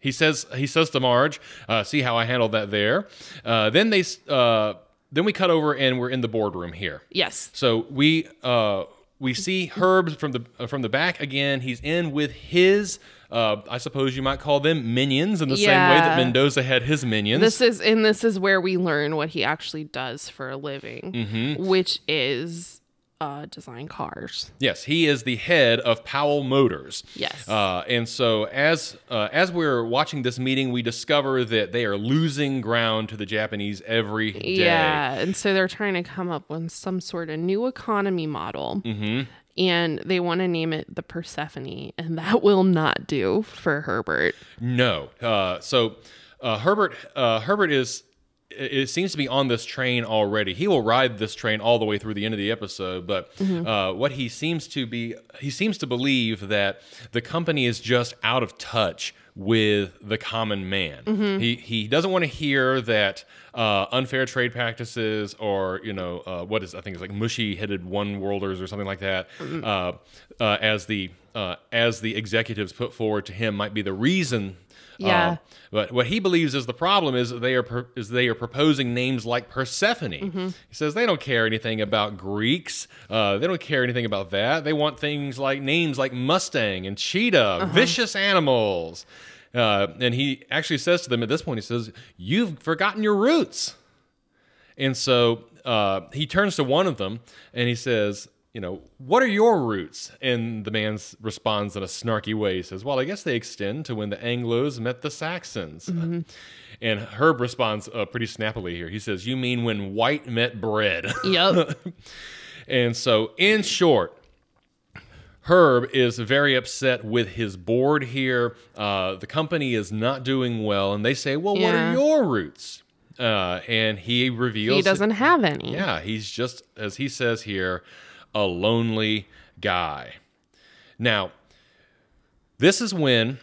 S1: He says he says to Marge, uh, "See how I handled that there." Uh, then they s- uh, then we cut over, and we're in the boardroom here.
S2: Yes.
S1: So we uh, we see Herb from the uh, from the back again. He's in with his uh, I suppose you might call them minions in the same way that
S2: Yeah.
S1: Mendoza had his minions.
S2: This is and this is where we learn what he actually does for a living,
S1: Mm-hmm.
S2: which is uh, design cars.
S1: yes, he is the head of Powell Motors.
S2: Yes.
S1: Uh, and so as uh, as we're watching this meeting, we discover that they are losing ground to the Japanese every day.
S2: Yeah, and so they're trying to come up with some sort of new economy model,
S1: Mm-hmm.
S2: and they want to name it the Persephone, and that [laughs] will not do for Herbert.
S1: No. Uh, so uh, Herbert uh, Herbert is it it seems to be on this train already. He will ride this train all the way through the end of the episode. But uh, what he seems to be he seems to believe that the company is just out of touch with the common man. He he doesn't want to hear that uh, unfair trade practices or you know uh, what is I think it's like mushy headed one worlders or something like that uh, uh, as the uh, as the executives put forward to him might be the reason.
S2: Yeah.
S1: um, but what he believes is the problem is that they are pro- is they are proposing names like Persephone. He says they don't care anything about Greeks. Uh, they don't care anything about that. They want things like names like Mustang and Cheetah, vicious animals. Uh, and he actually says to them at this point, he says, "You've forgotten your roots." And so uh, he turns to one of them and he says, You know, what are your roots? And the man s- responds in a snarky way. He says, Well, I guess they extend to when the Anglos met the Saxons.
S2: Mm-hmm.
S1: And Herb responds uh, pretty snappily here. He says, You mean when white met bread? [laughs]
S2: Yep.
S1: and so, in short, Herb is very upset with his board here. Uh, the company is not doing well. And they say, Well, what are
S2: Yeah.
S1: your roots? Uh, and he reveals
S2: he doesn't have any.
S1: yeah, he's just, as he says here, a lonely guy. Now, this is when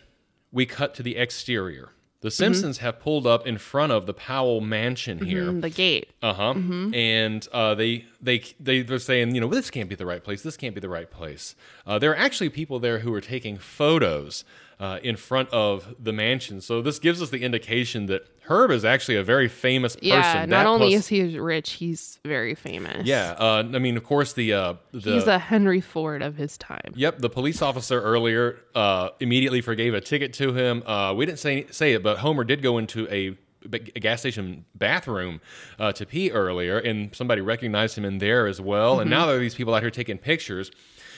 S1: we cut to the exterior.
S2: Mm-hmm.
S1: The Simpsons have pulled up in front of the Powell mansion here.
S2: The gate.
S1: Uh-huh.
S2: Mm-hmm.
S1: And uh they they they they're saying, you know, this can't be the right place. This can't be the right place. Uh, there are actually people there who are taking photos uh, in front of the mansion. So this gives us the indication that Herb is actually a very famous person.
S2: Yeah.
S1: That
S2: not only
S1: plus-
S2: is he rich, he's very famous.
S1: yeah, uh, I mean, of course, the uh, the
S2: He's a Henry Ford of his time.
S1: yep, the police officer earlier uh, immediately forgave a ticket to him. Uh, we didn't say say it, but Homer did go into a, a gas station bathroom uh, to pee earlier, and somebody recognized him in there as well. And
S2: Mm-hmm.
S1: now there are these people out here taking pictures.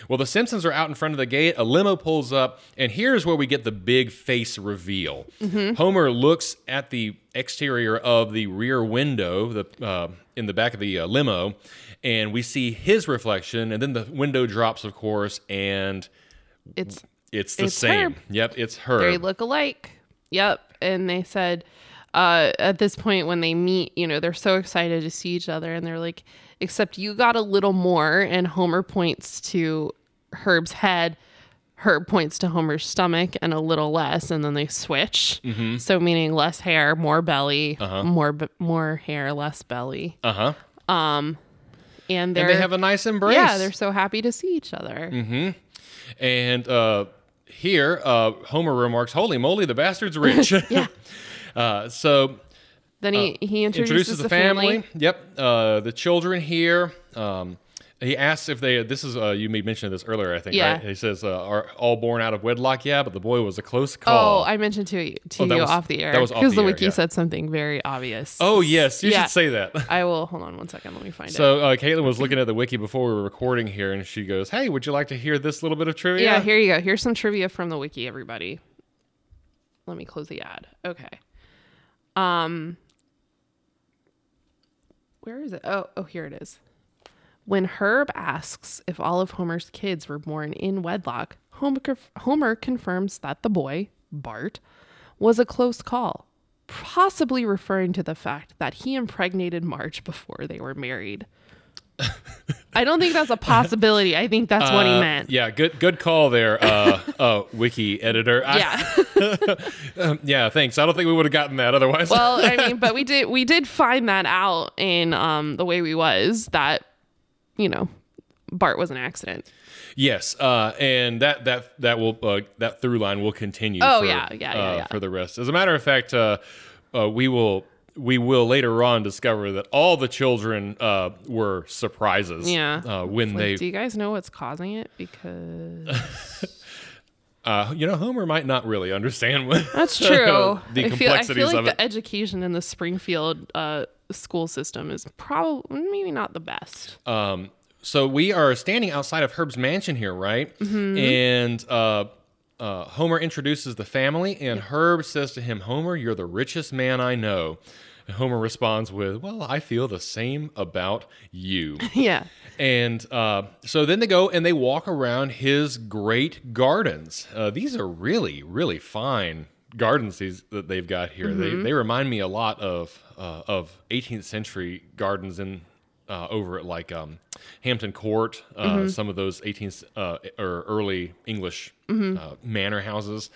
S1: Well, the Simpsons are out in front of the gate. A limo pulls up, and here's where we get the big face reveal.
S2: Mm-hmm.
S1: Homer looks at the exterior of the rear window, the uh, in the back of the uh, limo, and we see his reflection. And then the window drops, of course, and
S2: It's
S1: it's the
S2: It's
S1: same.
S2: Herb.
S1: Yep, it's her.
S2: they look alike. Yep. And they said, uh, at this point, when they meet, you know, they're so excited to see each other. And they're like, except you got a little more. And Homer points to Herb's head. Herb points to Homer's stomach and a little less. And then they switch. So, meaning less hair, more belly, more, b- more hair, less belly.
S1: uh huh.
S2: And they're,
S1: And they have a nice embrace.
S2: Mm-hmm. yeah, they're so happy to see each other.
S1: and uh, here, uh, Homer remarks, "Holy moly, the bastard's rich."
S2: [laughs] Yeah.
S1: [laughs] Uh, so
S2: Then he, he Uh, introduces,
S1: introduces
S2: the,
S1: the
S2: family.
S1: family. Yep. Uh, the children here. Um, he asks if they. This is uh, you made mention of this earlier. I think.
S2: Yeah.
S1: Right? He says uh, are all born out of wedlock. Yeah, but the boy was a close
S2: Oh,
S1: call.
S2: I mentioned to, to
S1: Oh, that
S2: you
S1: was-
S2: off the air
S1: that was off
S2: because
S1: the
S2: the,
S1: air,
S2: wiki
S1: yeah.
S2: said something very obvious.
S1: Oh, yes, you
S2: Yeah.
S1: should say that. [laughs]
S2: I will hold on one second. Let me find it.
S1: So uh, Caitlin was looking at the wiki before we were recording here, and she goes, "Hey, would you like to hear this little bit of trivia?"
S2: Yeah, here you go. Here's some trivia from the wiki, everybody. Let me close the ad. Okay. Um Where is it? Oh, oh, here it is. When Herb asks if all of Homer's kids were born in wedlock, Homer, conf- Homer confirms that the boy, Bart, was a close call, possibly referring to the fact that he impregnated Marge before they were married. [laughs] I don't think that's a possibility. I think that's what he
S1: Uh,
S2: meant.
S1: Yeah, good good call there,
S2: [laughs]
S1: uh, uh, wiki editor. I-
S2: Yeah.
S1: um, yeah, thanks. I don't think we would have gotten that otherwise.
S2: well, I mean, but we did we did find that out in um the way we was that you know Bart was an accident.
S1: [laughs] yes, uh, and that that that will uh, that through line will continue.
S2: Oh,
S1: for,
S2: yeah, yeah, yeah,
S1: uh,
S2: yeah.
S1: For the rest, as a matter of fact, uh, uh, we will. We will later on discover that all the children uh, were surprises.
S2: Yeah.
S1: Uh, when
S2: Like,
S1: they,
S2: do you guys know what's causing it?
S1: [laughs]
S2: Because
S1: uh, you know, Homer might not really understand
S2: [laughs]
S1: what
S2: that's true.
S1: the
S2: I feel I
S1: complexities
S2: feel like
S1: of it.
S2: the education in the Springfield uh, school system is probably maybe not the best.
S1: Um, so we are standing outside of Herb's mansion here, right? And uh, uh, Homer introduces the family, and Herb says to him, "Homer, you're the richest man I know." And Homer responds with, "Well, I feel the same about you."
S2: [laughs] yeah.
S1: and uh, so then they go and they walk around his great gardens. Uh, these are really, really fine gardens these, that they've got here. They, they remind me a lot of uh, of 18th century gardens in uh, over at like um, Hampton Court. Uh, Some of those 18th uh, or early English uh, manor houses.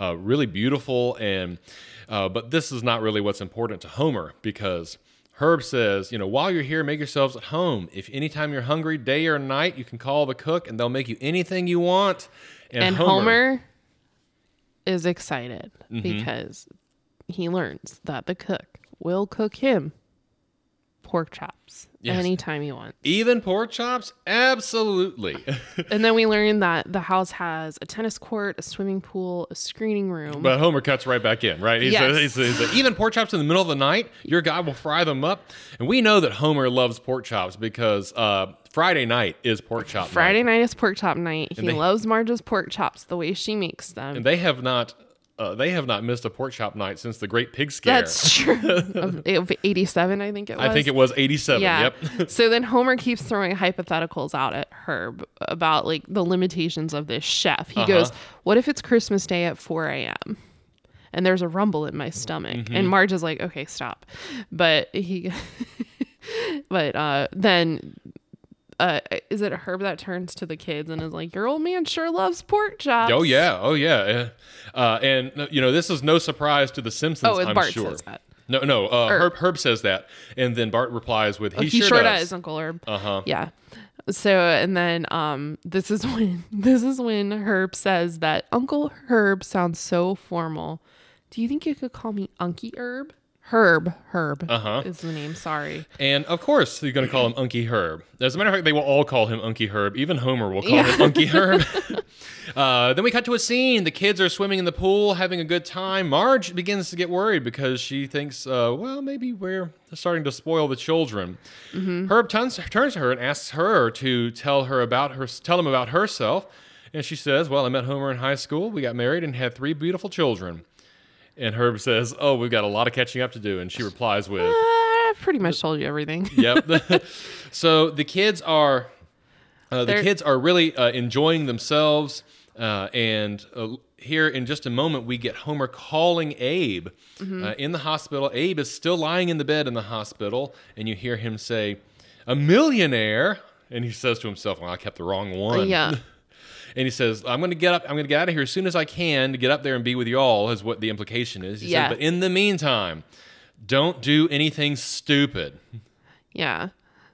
S1: Uh, really beautiful, and uh, but this is not really what's important to Homer because Herb says, you know, while you're here, make yourselves at home. If anytime you're hungry, day or night, you can call the cook and they'll make you anything you want.
S2: And Homer is excited
S1: Mm-hmm.
S2: because he learns that the cook will cook him pork chops
S1: Yes.
S2: anytime he wants.
S1: even pork chops? Absolutely. [laughs]
S2: And then we learned that the house has a tennis court, a swimming pool, a screening room.
S1: but Homer cuts right back in, right? He's
S2: Yes.
S1: a, he's a- he's a- even pork chops in the middle of the night, your guy will fry them up. And we know that Homer loves pork chops because uh, Friday night is pork chop night.
S2: Friday night is pork chop night. He
S1: they-
S2: loves Marge's pork chops the way she makes them.
S1: And they have not uh, they have not missed a pork chop night since the Great Pig Scare.
S2: That's true. Of-
S1: [laughs]
S2: of 87, I think it was.
S1: I think it was 87.
S2: Yeah.
S1: Yep.
S2: [laughs] so then Homer keeps throwing hypotheticals out at Herb about like the limitations of this chef.
S1: Uh-huh.
S2: He goes, What if it's Christmas Day at 4 a.m.? And there's a rumble in my stomach.
S1: Mm-hmm.
S2: And Marge is like, Okay, stop. But he, [laughs] but uh, then. Uh, is it Herb that turns to the kids and is like, "Your old man sure loves pork chops."
S1: Oh yeah, oh yeah, uh, and you know this is no surprise to the Simpsons.
S2: Oh, and
S1: I'm
S2: Bart
S1: sure.
S2: says that.
S1: No, no, uh, Herb.
S2: Herb.
S1: Herb says that, and then Bart replies with, "He,
S2: Oh, he, sure, does. Uh-huh.
S1: does.
S2: Uncle Herb.
S1: Uh huh.
S2: Yeah. So and then um this is [laughs] when this is when Herb says that Uncle Herb sounds so formal. Do you think you could call me Unky Herb? Herb, Herb
S1: Uh-huh.
S2: is the name. Sorry.
S1: And of course, you're going to call him Unky Herb. As a matter of fact, they will all call him Unky Herb. Even Homer will call
S2: Yeah.
S1: him Unky Herb. [laughs] uh, then we cut to a scene. The kids are swimming in the pool, having a good time. Marge begins to get worried because she thinks, uh, well, maybe we're starting to spoil the children. Herb turns, turns to her and asks her to tell her about her, tell him about herself. And she says, well, I met Homer in high school. We got married and had three beautiful children. And Herb says, oh, we've got a lot of catching up to do. And she replies
S2: Uh,
S1: with,
S2: I pretty much told you everything. [laughs]
S1: yep. [laughs] so the kids are uh, the
S2: They're-
S1: kids are really uh, enjoying themselves, uh, and uh, here in just a moment we get Homer calling Abe
S2: Mm-hmm.
S1: uh, in the hospital. Abe is still lying in the bed in the hospital, and you hear him say, "A millionaire," and he says to himself, "Well, I kept the wrong one."
S2: Uh, yeah.
S1: [laughs] And he says, "I'm going to get up. I'm going to get out of here as soon as I can to get up there and be with y'all." Is what the implication is. He said,
S2: Yeah.
S1: but in the meantime, don't do anything stupid.
S2: Yeah.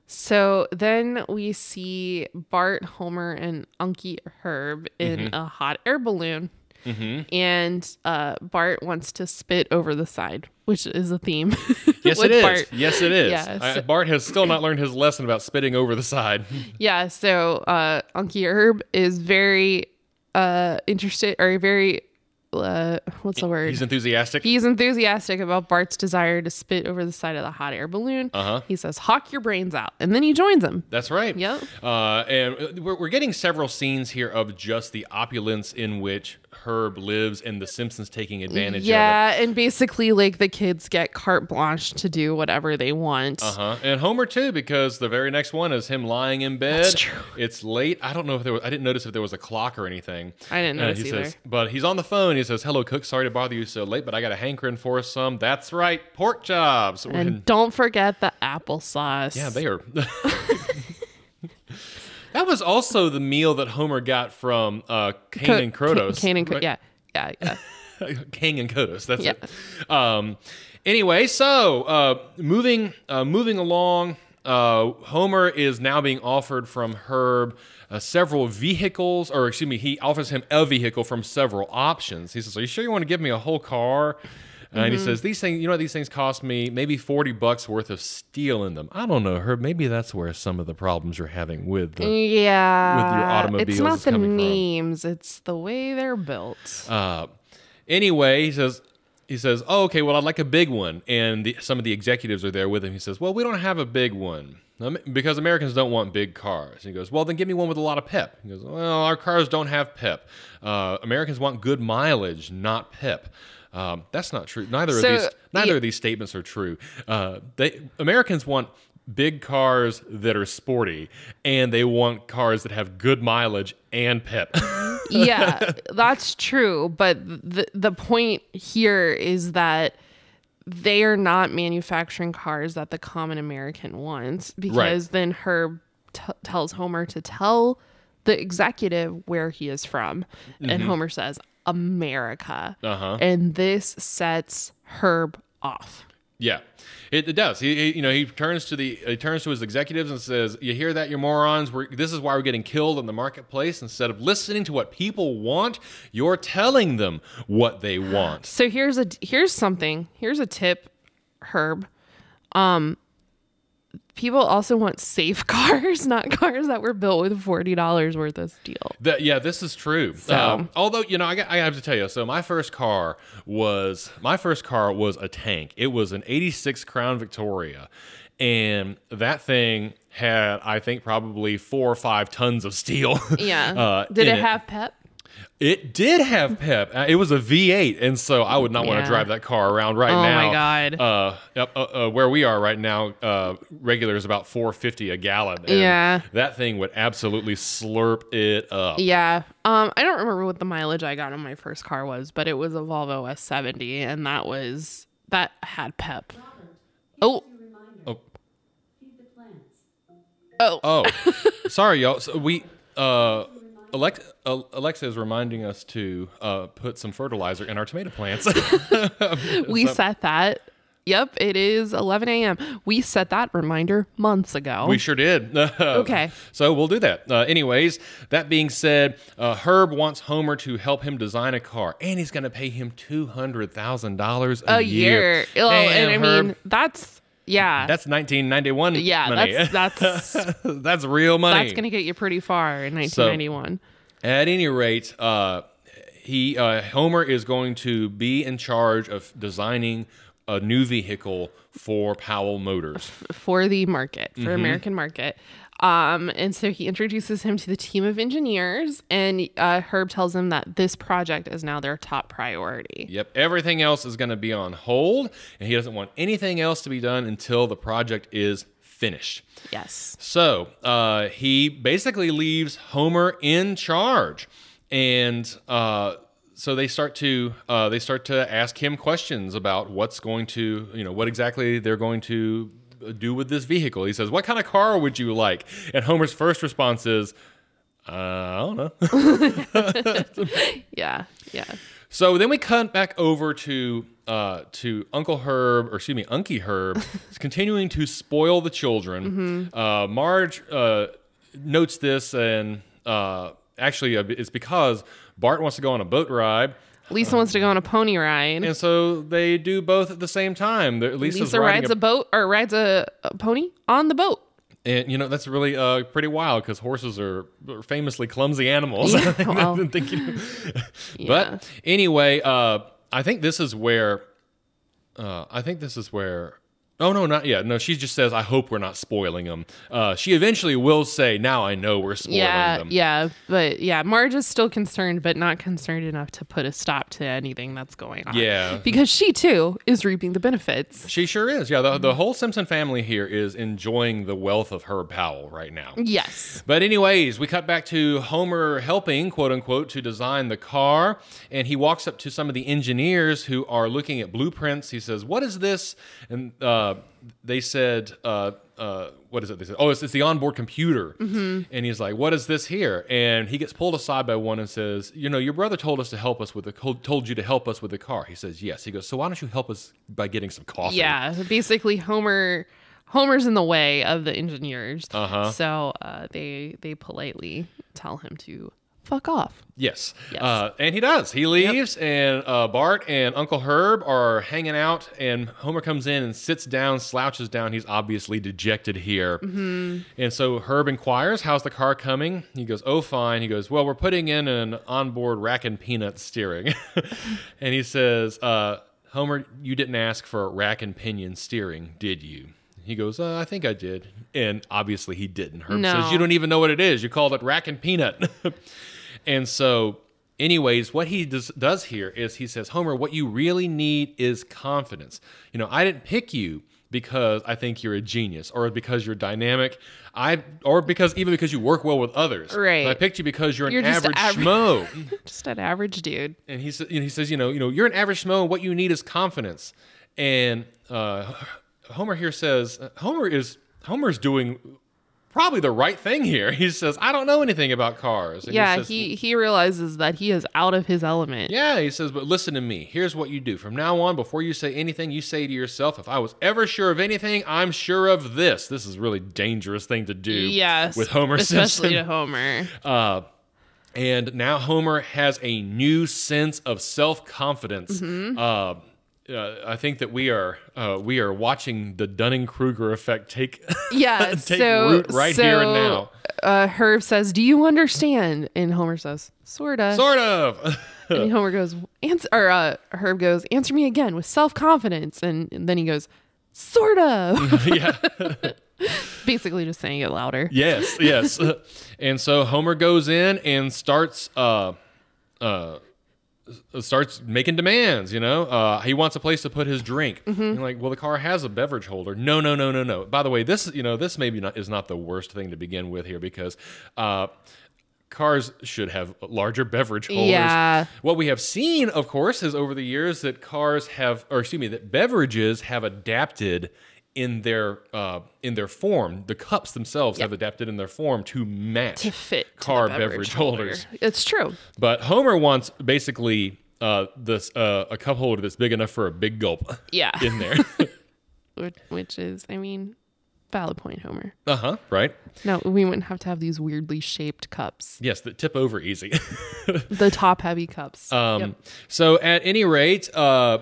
S2: So then we see Bart, Homer, and Unky Herb in
S1: Mm-hmm.
S2: a hot air balloon. And uh, Bart wants to spit over the side, which is a theme. [laughs]
S1: Yes,
S2: with
S1: it is.
S2: Bart.
S1: Yes, it is.
S2: Yeah,
S1: I-
S2: so-
S1: Bart has still not learned his lesson about spitting over the
S2: [laughs]
S1: side.
S2: Yeah, so uh, Unky Herb is very uh, interested or very, uh, what's the word?
S1: He's enthusiastic.
S2: He's enthusiastic about Bart's desire to spit over the side of the hot air balloon.
S1: Uh-huh.
S2: He says, "Hawk your brains out," and then he joins him.
S1: That's right.
S2: Yep.
S1: Uh, and we're, we're getting several scenes here of just the opulence in which Herb lives and the Simpsons taking advantage of it.
S2: Yeah, and basically, like the kids get carte blanche to do whatever they want.
S1: Uh-huh. And Homer too, because the very next one is him lying in bed.
S2: That's true.
S1: It's late. I don't know if there was. I didn't notice if there was a clock or anything.
S2: I didn't
S1: Uh,
S2: notice
S1: he
S2: either.
S1: says, but he's on the phone. He says, "Hello, cook. Sorry to bother you so late, but I got a hankering for some. That's right, pork chops. [laughs]
S2: and don't forget the applesauce.
S1: Yeah, they are. [laughs] that was also the meal that Homer got from uh, Cain
S2: Co-
S1: and Krotos.
S2: Ca- Cain and Cro-
S1: right?
S2: yeah, yeah, yeah.
S1: Kang and Kodos. That's
S2: Yeah.
S1: it. Um, anyway, so uh, moving uh, moving along, uh, Homer is now being offered from Herb uh, several vehicles, or excuse me, he offers him a vehicle from several options. He says, "Are you sure you want to give me a whole car?" And he says, "These things, you know, these things cost me maybe forty bucks worth of steel in them. I don't know, Herb. Maybe that's where some of the problems you're having [laughs] with the."
S2: yeah.
S1: automobiles
S2: It's not
S1: is
S2: the
S1: coming from.
S2: names; it's the way they're built.
S1: Uh, anyway, he says, he says, oh, okay, well, I'd like a big one. And the, some of the executives are there with him. He says, well, we don't have a big one um, because Americans don't want big cars. He goes, well, then give me one with a lot of pep. He goes, well, our cars don't have pep. Uh, Americans want good mileage, not pep. Um, that's not true. Neither of
S2: So,
S1: these neither
S2: yeah.
S1: of these statements are true. Uh, they Americans want big cars that are sporty, and they want cars that have good mileage and pep. [laughs]
S2: yeah, that's true. But the the point here is that they are not manufacturing cars that the common American wants because then Herb t- tells Homer to tell the executive where he is from, and Homer says America,
S1: Uh-huh.
S2: and this sets Herb off.
S1: Yeah, it, it does. He, he- you know, he turns to the he turns to his executives and says, "You hear that, you morons? We're, this is why we're getting killed in the marketplace. Instead of listening to what people want, you're telling them what they
S2: [sighs]
S1: want."
S2: So here's a here's something. Here's a tip, Herb. Um people also want safe [laughs] cars, not cars that were built with $40 worth of steel.
S1: That, yeah, this is true. Um, although you know, I, got- I have to tell you, so my first car was my first car was a tank. It was an '86 Crown Victoria, and that thing had I think probably four or five tons of steel. [laughs]
S2: Yeah.
S1: uh,
S2: Did
S1: in
S2: it have pep?
S1: It did
S2: [laughs]
S1: have pep. Uh, It was a V8, and so I would not want to
S2: Yeah.
S1: drive that car around right
S2: Oh my
S1: now.
S2: God.
S1: Uh, yep, uh, uh, where we are right now, uh, regular is about four fifty a gallon. and
S2: Yeah.
S1: that thing would absolutely slurp it up.
S2: Yeah. Um I don't remember what the mileage I got on my first car was, but it was a Volvo S70 and that was that had pep. Oh,
S1: Oh,
S2: oh. [laughs]
S1: oh. sorry, y'all. So we uh, Alex- uh, Alexa is reminding us to uh, put some fertilizer in our tomato plants. [laughs] Oh,
S2: we set that. Yep, it is 11 a.m. We set that reminder months ago.
S1: We sure did. [laughs] okay. So we'll do that. Uh, anyways, that being said, uh, Herb wants Homer to help him design a car, and he's going to pay him two hundred thousand dollars a
S2: a year. Oh,
S1: Damn,
S2: and I
S1: Herb.
S2: mean, that's yeah,
S1: that's nineteen ninety one.
S2: yeah,
S1: money. [laughs]
S2: that's that's
S1: That's real money.
S2: that's gonna get you pretty far in 1991.
S1: At any rate, uh, he uh, Homer is going to be in charge of designing a new vehicle for Powell Motors.
S2: for the market,
S1: Mm-hmm.
S2: for American market. Um, and so he introduces him to the team of engineers, and uh, Herb tells him that this project is now their top priority.
S1: Yep, everything else is going to be on hold, and he doesn't want anything else to be done until the project is finished.
S2: Yes.
S1: So uh, he basically leaves Homer in charge, and uh, so they start to uh, they start to ask him questions about what's going to you know what exactly they're going to do with this vehicle. He says, "What kind of car would you like?" And Homer's first [laughs] response is, uh, "I don't know."
S2: Yeah. Yeah.
S1: So then we cut back over to uh, to Uncle Herb, or excuse me, Unky
S2: [laughs]
S1: Herb, is continuing to spoil the children.
S2: Mm-hmm.
S1: Uh, Marge uh, notes this, and uh, actually, uh, it's because Bart wants to go on a boat ride.
S2: Lisa wants to go on a pony ride.
S1: And so they do both at the same time. The- Lisa's
S2: Lisa
S1: riding
S2: rides
S1: a-
S2: a, boat or rides a, a pony on the boat.
S1: And you know that's really uh, pretty wild because horses are are famously clumsy animals. [laughs]
S2: Yeah, well.
S1: Thank you.
S2: [laughs] Yeah.
S1: But anyway, uh, I think this is where. Uh, I think this is where. Oh no, not yet. No, she just says, "I hope we're not spoiling them." Uh, she eventually will say, "Now I know we're spoiling
S2: Yeah,
S1: them."
S2: yeah, but yeah, Marge is still concerned, but not concerned enough to put a stop to anything that's going on.
S1: Yeah.
S2: because she too is reaping the benefits.
S1: She sure is. Yeah, the, the
S2: Mm-hmm.
S1: whole Simpson family here is enjoying the wealth of Herb Powell right now.
S2: Yes,
S1: But anyways, we cut back to Homer helping, quote unquote, to design the car, and he walks up to some of the engineers who are looking at blueprints. He says, "What is this?" And uh, they said, uh, uh, "What is it?" They said, "Oh, it's, it's the onboard computer."
S2: Mm-hmm.
S1: And he's like, "What is this here?" And he gets pulled aside by one and says, "You know, your brother told us to help us with the told you to help us with the car." He says, "Yes." He goes, "So why don't you help us by getting some coffee?"
S2: yeah. Basically, Homer, Homer's in the way of the engineers,
S1: Uh-huh.
S2: so uh, they they politely tell him to fuck off. [laughs]
S1: Yes.
S2: Yes.
S1: Uh, and he does. He leaves, and uh, Bart and Uncle Herb are hanging out, and Homer comes in and sits down, slouches down. He's obviously dejected here.
S2: Mm-hmm.
S1: And so Herb inquires, How's the car coming? He goes, Oh, fine. He goes, Well, we're putting in an onboard rack and peanut steering. [laughs] and he says, uh, Homer, you didn't ask for rack and pinion steering, did you? He goes, uh, I think I did. And obviously he didn't. Herb
S2: No.
S1: says, You don't even know what it is. You called it rack and peanut. [laughs] And so, anyways, what he does, does here is he says, Homer, what you really need is confidence. You know, I didn't pick you because I think you're a genius or because you're dynamic, I or because even because you work well with others.
S2: Right.
S1: I picked you because you're an
S2: You're just
S1: average
S2: aver-
S1: schmo.
S2: Just an average dude.
S1: and he says, you know, he says, you know, you know, you're an average schmo. And what you need is confidence. And uh, Homer here says, Homer is Homer's doing. Probably the right thing here. [laughs] He says, "I don't know anything about cars." And
S2: yeah,
S1: says,
S2: he he realizes that he is out of his element.
S1: yeah, he says, but listen to me. Here's what you do. From now on, before you say anything, you say to yourself, if I was ever sure of anything, I'm sure of this. This is a really dangerous thing to do
S2: Yes,
S1: with Homer
S2: especially to
S1: Simpson.
S2: Homer.
S1: Uh, and now Homer has a new sense of self confidence.
S2: Mm-hmm.
S1: Uh, uh, I think that we are uh, we are watching the Dunning Kruger effect take [laughs]
S2: Yeah,
S1: take
S2: so
S1: root right
S2: so,
S1: here and now.
S2: Uh, Herb says, "Do you understand?" And Homer says, "Sorta."
S1: sort of. [laughs]
S2: and Homer goes, "Answer." Or uh, Herb goes, "Answer me again with self confidence." And, and then he goes, "Sort
S1: [laughs]
S2: of."
S1: yeah.
S2: [laughs] Basically, just saying it louder.
S1: Yes, yes. [laughs] and so Homer goes in and starts uh uh starts making demands, you know. Uh he wants a place to put his drink.
S2: Mm-hmm.
S1: And like, well the car has a beverage holder. No, no, no, no, no. By the way, this you know, this maybe not is not the worst thing to begin with here because uh cars should have larger beverage holders.
S2: Yeah.
S1: What we have seen, of course, is over the years that cars have, or excuse me, that beverages have adapted in their uh, in their form. The cups themselves have adapted in their form to match
S2: To fit to the
S1: car beverage holders.
S2: holder. It's true.
S1: But Homer wants basically uh, this uh, a cup holder that's big enough for a big gulp [laughs]
S2: Yeah,
S1: in
S2: [laughs]
S1: there.
S2: which, which is, I mean, valid point, Homer.
S1: uh huh. Right.
S2: No, we wouldn't have to have these weirdly shaped cups,
S1: Yes. That tip over easy.
S2: the top heavy cups.
S1: Um,
S2: Yep.
S1: So at any rate, uh,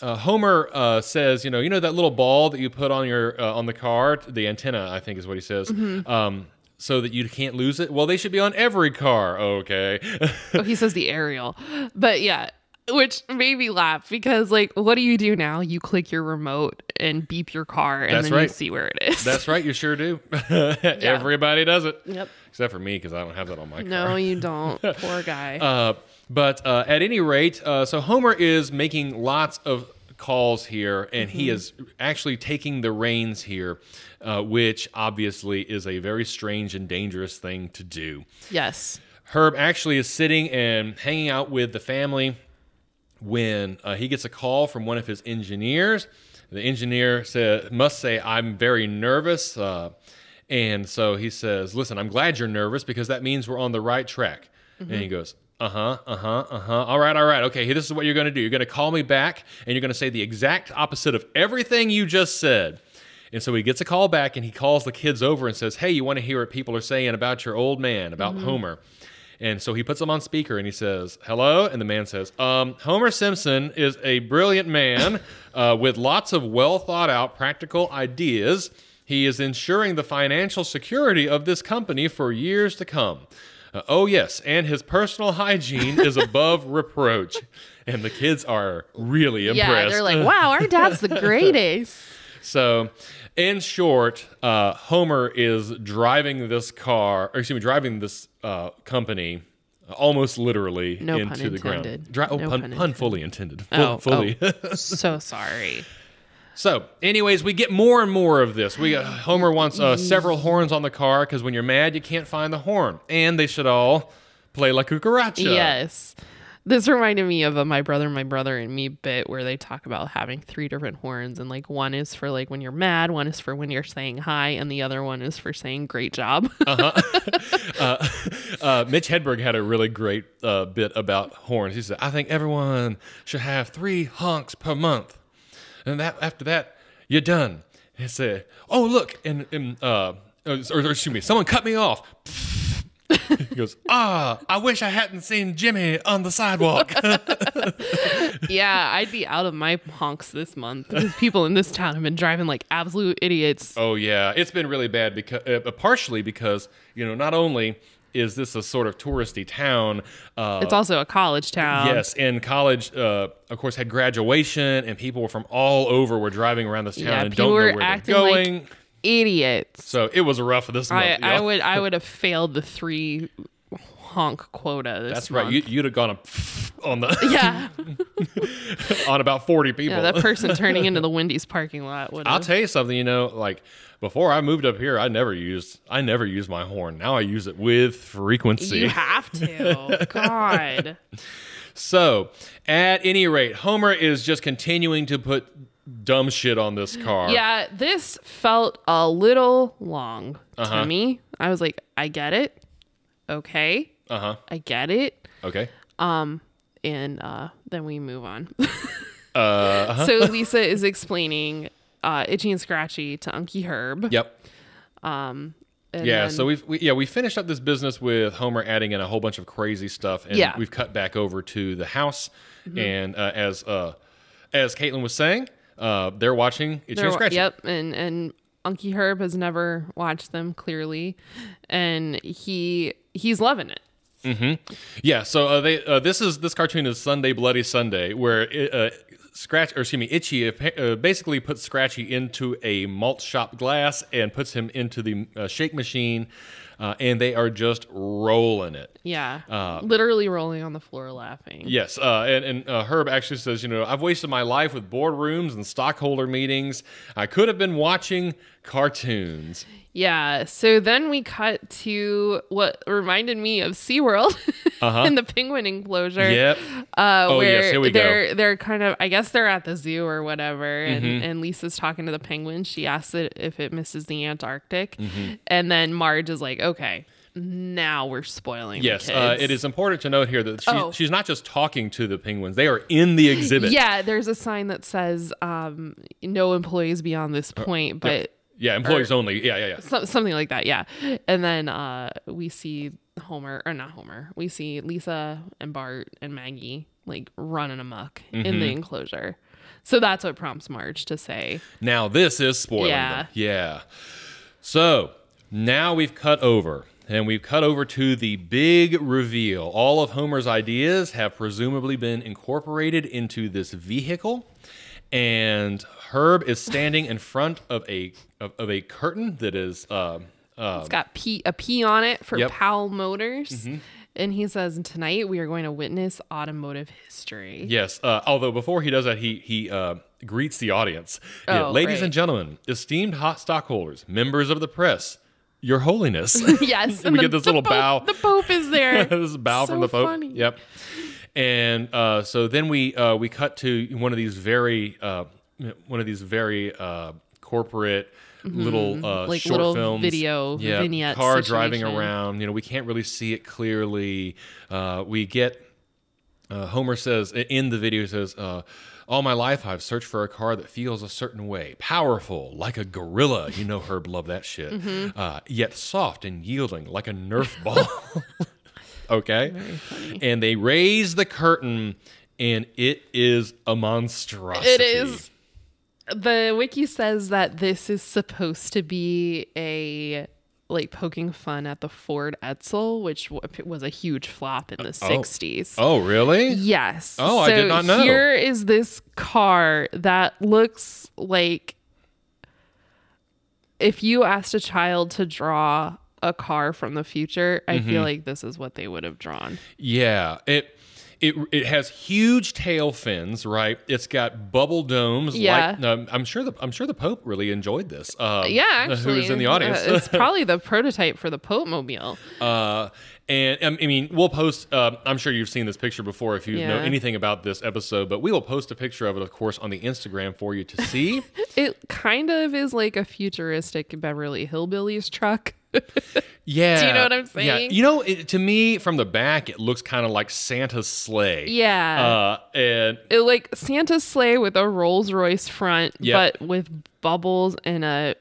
S1: uh, Homer uh, says, you know, you know that little ball that you put on your uh, on the car, the antenna, I think is what he says,
S2: Mm-hmm.
S1: um, so that you can't lose it. Well, they should be on every car. Okay. [laughs]
S2: oh, he says the aerial. But yeah, which made me laugh because, like, what do you do now? You click your remote and beep your car, and
S1: That's
S2: then you
S1: right.
S2: see where it is.
S1: That's right. You sure do. [laughs] Everybody does it.
S2: [laughs] Yep.
S1: Except for me, because I don't have that on my car.
S2: no, you
S1: [laughs]
S2: don't. Poor guy.
S1: Uh, but uh, at any rate, uh, so Homer is making lots of calls here, and he is actually taking the reins here, uh, which obviously is a very strange and dangerous thing to do.
S2: yes.
S1: Herb actually is sitting and hanging out with the family when uh, he gets a call from one of his engineers. The engineer said, must say, I'm very nervous. Uh, and so he says, Listen, I'm glad you're nervous because that means we're on the right track. And he goes, Uh huh. Uh huh. Uh huh. All right. All right. Okay. Here, this is what you're going to do. You're going to call me back, and you're going to say the exact opposite of everything you just said. And so he gets a call back, and he calls the kids over and says, "Hey, you want to hear what people are saying about your old man, about
S2: Mm-hmm.
S1: Homer?" And so he puts them on speaker, and he says, "Hello." And the man says, um, "Homer Simpson is a brilliant man
S2: [laughs]
S1: uh, with lots of well thought out practical ideas." He is ensuring the financial security of this company for years to come. Uh, oh, yes, and his personal hygiene
S2: [laughs]
S1: is above reproach. And the kids are really impressed.
S2: Yeah,
S1: [laughs]
S2: they're like, wow, our dad's the greatest.
S1: so, in short, uh, Homer is driving this car, or excuse me, driving this uh, company almost literally
S2: No
S1: into
S2: pun
S1: the ground.
S2: intended.
S1: Dri- oh,
S2: No
S1: pun,
S2: pun
S1: pun fully intended. Fu-
S2: Oh,
S1: fully.
S2: so sorry.
S1: [laughs] So, anyways, we get more and more of this. We uh, Homer wants uh, several horns on the car because when you're mad, you can't find the horn, and they should all play La Cucaracha.
S2: Yes. This reminded me of a My Brother, My Brother and Me bit where they talk about having three different horns and like one is for like when you're mad, one is for when you're saying hi, and the other one is for saying great job. [laughs]
S1: Uh, uh, Mitch Hedberg had a really great uh, bit about horns. He said, "I think everyone should have three honks per month, and that after that, you're done." He said, "Oh look, and, and uh, or, or excuse me, someone cut me off." [laughs] he goes, "Ah, I wish I hadn't seen Jimmy on the sidewalk." [laughs]
S2: yeah, I'd be out of my honks this month because people in this town have been driving like absolute idiots.
S1: Oh yeah, it's been really bad because uh, partially because you know not only is this a sort of touristy town, uh,
S2: It's also a college town.
S1: yes, and college uh, of course had graduation, and people from all over were driving around this town
S2: Yeah,
S1: and
S2: people
S1: don't know
S2: were
S1: where they're
S2: acting like-
S1: going.
S2: Idiots.
S1: so it was rough this month.
S2: I, I
S1: y'all.
S2: would I would have failed the three honk quota this
S1: That's right.
S2: month.
S1: You, you'd have gone up [laughs] on the
S2: [laughs] yeah.
S1: [laughs] on about forty people.
S2: Yeah, that person turning into the Wendy's parking lot
S1: [laughs]
S2: would
S1: I'll
S2: have
S1: tell you something. You know, like before I moved up here, I never used I never used my horn. Now I use it with frequency.
S2: You have to. God.
S1: [laughs] So, at any rate, Homer is just continuing to put dumb shit on this car.
S2: Yeah, this felt a little long
S1: Uh-huh.
S2: to me. I was like, I get it. Okay.
S1: Uh huh.
S2: I get it.
S1: Okay.
S2: And uh, then we move on. [laughs]
S1: Uh.
S2: so Lisa is explaining uh, Itchy and Scratchy to Unky Herb.
S1: Yep.
S2: and
S1: Yeah.
S2: then-
S1: so we've we, yeah we finished up this business with Homer adding in a whole bunch of crazy stuff, and
S2: Yeah. Mm-hmm.
S1: we've cut back over to the house, and uh, as uh as Caitlin was saying, uh they're watching Itchy
S2: They're-
S1: and Scratchy.
S2: Yep, and and Unky Herb has never watched them clearly, and he he's loving it.
S1: Yeah. So uh, they uh, this is this cartoon is Sunday Bloody Sunday, where it, uh, Scratch or excuse me Itchy appa- uh, basically puts Scratchy into a malt shop glass and puts him into the uh, shake machine, uh, and they are just rolling it.
S2: Yeah,
S1: Uh,
S2: literally rolling on the floor laughing.
S1: Yes, uh, and, and uh, Herb actually says, you know, I've wasted my life with boardrooms and stockholder meetings. I could have been watching
S2: [laughs]
S1: cartoons.
S2: Yeah. So then we cut to what reminded me of SeaWorld [laughs]
S1: Uh-huh.
S2: and the penguin enclosure.
S1: Yep.
S2: Uh,
S1: Oh,
S2: where
S1: yes, here we go.
S2: they're they're kind of I guess they're at the zoo or whatever, and,
S1: Mm-hmm.
S2: and Lisa's talking to the penguin. She asks it if it misses the Antarctic,
S1: Mm-hmm.
S2: and then Marge is like, "Okay, now we're spoiling." the
S1: Yes, uh,
S2: kids."
S1: it is important to note here that she,
S2: Oh.
S1: she's not just talking to the penguins; they are in
S2: [laughs]
S1: the exhibit.
S2: Yeah, there's a sign that says um, "No employees beyond this
S1: Uh,
S2: point," but.
S1: Yeah, employees only. Yeah, yeah, yeah.
S2: so, something like that yeah and then uh we see homer or not homer we see lisa and bart and maggie like running amok in
S1: Mm-hmm.
S2: the enclosure so that's what prompts marge to say
S1: Now this is spoiling them. Yeah. So now we've cut over. And we've cut over to the big reveal. All of Homer's ideas have presumably been incorporated into this vehicle. And Herb is standing in front of a of, of a curtain that is uh, uh,
S2: it's got p a p on it for
S1: Yep. Mm-hmm.
S2: powell motors and he says tonight we are going to witness automotive history
S1: Yes. Uh, although before he does that, he he uh, greets the audience. Yeah,
S2: Oh,
S1: Ladies
S2: right.
S1: and gentlemen, esteemed hot stockholders, members of the press, your holiness.
S2: [laughs] yes
S1: We
S2: the-
S1: get this
S2: the
S1: little
S2: Pope-
S1: bow.
S2: the pope is [laughs]
S1: [laughs]
S2: there
S1: this is a bow
S2: So
S1: from the Pope.
S2: funny.
S1: Yep. And uh, so then we uh, we cut to one of these very uh, one of these very uh, corporate little uh,
S2: Mm-hmm. Like
S1: short
S2: little
S1: films,
S2: video
S1: yeah,
S2: vignette
S1: car driving
S2: situation.
S1: around. You know, we can't really see it clearly. Uh, we get uh, Homer says in the video says, uh, "All my life I've searched for a car that feels a certain way, powerful like a gorilla. You know, Herb loved that shit.
S2: Mm-hmm.
S1: Uh, yet soft and yielding like a
S2: [laughs]
S1: Nerf ball." [laughs] okay, and they raise the curtain, and it is a monstrosity.
S2: It is. The wiki says that this is supposed to be a like poking fun at the Ford Edsel, which w- was a huge flop in the 60s.
S1: Oh, really?
S2: Yes.
S1: Oh, I did not know.
S2: Here is this car that looks like if you asked a child to draw a car from the future, I
S1: Mm-hmm.
S2: feel like this is what they would have drawn.
S1: Yeah, it it it has huge tail fins, right? It's got bubble domes.
S2: Yeah.
S1: like, um, I'm sure the I'm sure the Pope really enjoyed this. Uh,
S2: Yeah,
S1: [laughs]
S2: actually.
S1: who's in the
S2: uh,
S1: audience?
S2: it's probably the prototype for the Pope Mobile.
S1: [laughs] Uh, and um, I mean, we'll post. Uh, I'm sure you've seen this picture before if you know
S2: Yeah.
S1: anything about this episode, but we will post a picture of it, of course, on the Instagram for you to
S2: [laughs]
S1: see.
S2: It kind of is like a futuristic Beverly Hillbillies truck. [laughs]
S1: yeah,
S2: Do you know what I'm
S1: Yeah.
S2: saying?
S1: you know, it, to me from the back, it looks kind of like Santa's sleigh.
S2: Yeah.
S1: uh, and
S2: it, like Santa's sleigh with a Rolls Royce front,
S1: Yep.
S2: but with bubbles and a,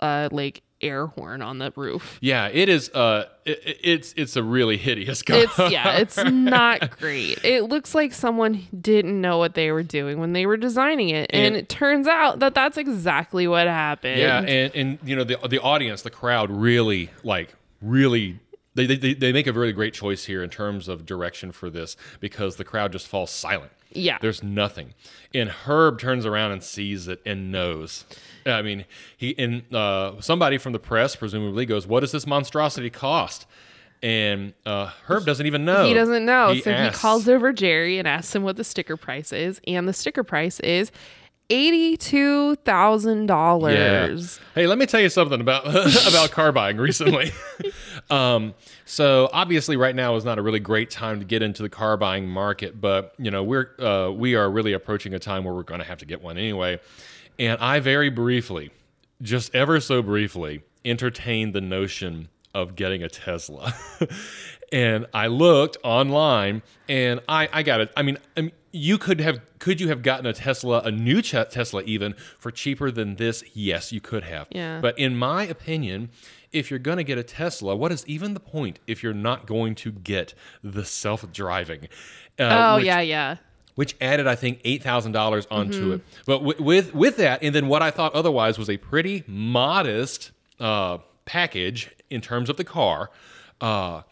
S2: a like air horn on the
S1: [laughs]
S2: roof.
S1: yeah, it is. Uh, it, it- it's it's a really hideous [laughs] car.
S2: It's yeah, it's not great. It looks like someone didn't know what they were doing when they were designing it, and,
S1: And-
S2: it turns out that that's exactly what happened.
S1: Yeah, and and you know the the audience, the crowd really like really they they, they make a really great choice here in terms of direction for this because the crowd just falls silent.
S2: Yeah.
S1: There's nothing. And Herb turns around and sees it and knows. I mean, he and uh, somebody from the press presumably goes, "What does this monstrosity cost?" And uh, Herb doesn't even know.
S2: He doesn't know. so
S1: asks.
S2: he calls over Jerry and asks him what the sticker price is. And the sticker price is $82,000.
S1: Hey, let me tell you something about [laughs] about car buying recently. [laughs] um, so obviously, right now is not a really great time to get into the car buying market, but you know we're uh, we are really approaching a time where we're going to have to get one anyway. And I very briefly, just ever so briefly, entertained the notion of getting a Tesla. [laughs] and I looked online and I, I got it. I mean, I mean, you could have could you have gotten a Tesla, a new Ch- Tesla even for cheaper than this? Yes, you could have.
S2: Yeah.
S1: But in my opinion, if you're going to get a Tesla, what is even the point if you're not going to get the self-driving? Uh,
S2: Oh,
S1: which-
S2: yeah, Mm-hmm. yeah.
S1: which added I think eight thousand dollars onto it. But wi- with with that, and then what I thought otherwise was a pretty modest uh, package in terms of the car. Uh,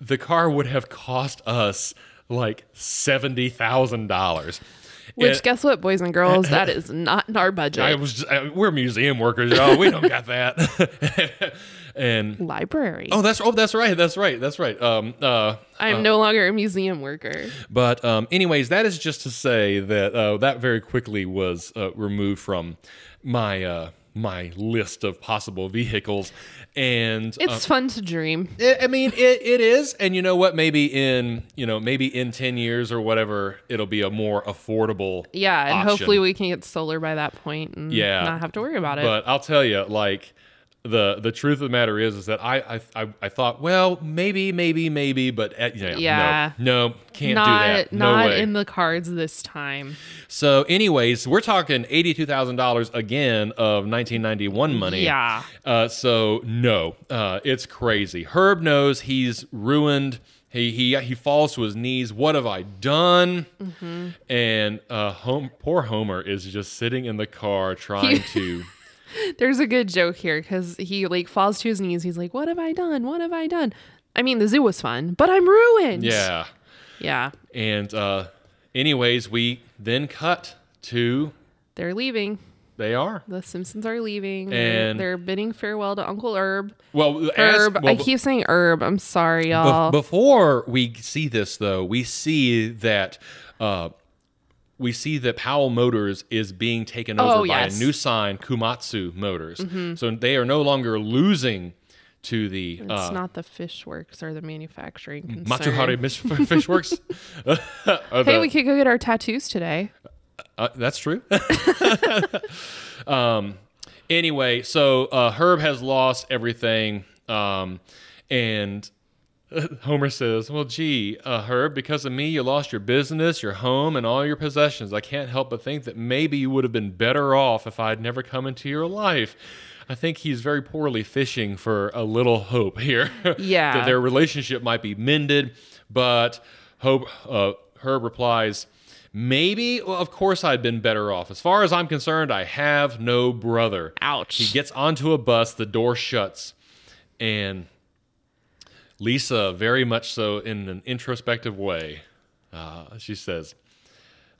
S1: the car would have cost us like seventy thousand dollars.
S2: Which, guess what, boys and girls?
S1: [laughs]
S2: That is not in our budget.
S1: I was just, I, we're museum workers, y'all. We don't got that. [laughs] and
S2: Library.
S1: oh, that's oh, that's right, that's right, that's right. Um, uh,
S2: I'm no longer a museum worker.
S1: But um, anyways, that is just to say that uh, that very quickly was uh, removed from my uh, my list of possible vehicles, and uh,
S2: It's fun to dream.
S1: it, I mean it, it is. And you know what? Maybe in you know maybe in ten years or whatever, it'll be a more affordable.
S2: Yeah, and
S1: option.
S2: hopefully we can get solar by that point and
S1: Yeah.
S2: not have to worry about it.
S1: But I'll tell you, like the the truth of the matter is, is that I I, I, I thought, well, maybe, maybe, maybe, but uh, yeah,
S2: Yeah.
S1: no, no, can't
S2: not
S1: do that. No
S2: not
S1: way.
S2: in the cards this time.
S1: So, anyways, we're talking eighty-two thousand dollars again of nineteen ninety-one money.
S2: Yeah.
S1: Uh, so no, uh, it's crazy. Herb knows he's ruined. He he he falls to his knees. What have I done?
S2: Mm-hmm.
S1: And uh, home, poor Homer is just sitting in the car trying
S2: [laughs]
S1: to.
S2: There's a good joke here because he like falls to his knees. He's like, "What have I done? What have I done?" I mean, the zoo was fun, but I'm ruined.
S1: Yeah.
S2: yeah.
S1: And uh, anyways, we then cut to
S2: They're leaving.
S1: they are
S2: The Simpsons are leaving.
S1: And-
S2: they're bidding farewell to Uncle Herb.
S1: well. as-
S2: Herb.
S1: well,
S2: I keep saying Herb. I'm sorry, y'all.
S1: Bef- before we see this, though, we see that uh, we see that Powell Motors is being taken over
S2: Oh,
S1: by
S2: yes. Mm-hmm.
S1: a new sign, Kumatsu Motors. So they are no longer losing to the
S2: it's
S1: uh,
S2: not the fish works or the manufacturing concern.
S1: Matsuhari Mish-
S2: [laughs]
S1: Fishworks. [laughs] Or
S2: Hey,
S1: the-
S2: we could go get our tattoos today.
S1: uh, that's true. [laughs] um, Anyway, so uh, Herb has lost everything, um, and Homer says, "Well, gee, uh, Herb, because of me, you lost your business, your home, and all your possessions. I can't help but think that maybe you would have been better off if I had never come into your life." I think he's very poorly fishing for a little hope here. [laughs]
S2: Yeah.
S1: that their relationship might be mended, but hope uh, Herb replies, "Maybe. Well, of course, I'd been better off. As far as I'm concerned, I have no brother."
S2: Ouch.
S1: He gets onto a bus, the door shuts, and Lisa, very much so in an introspective way, uh, she says,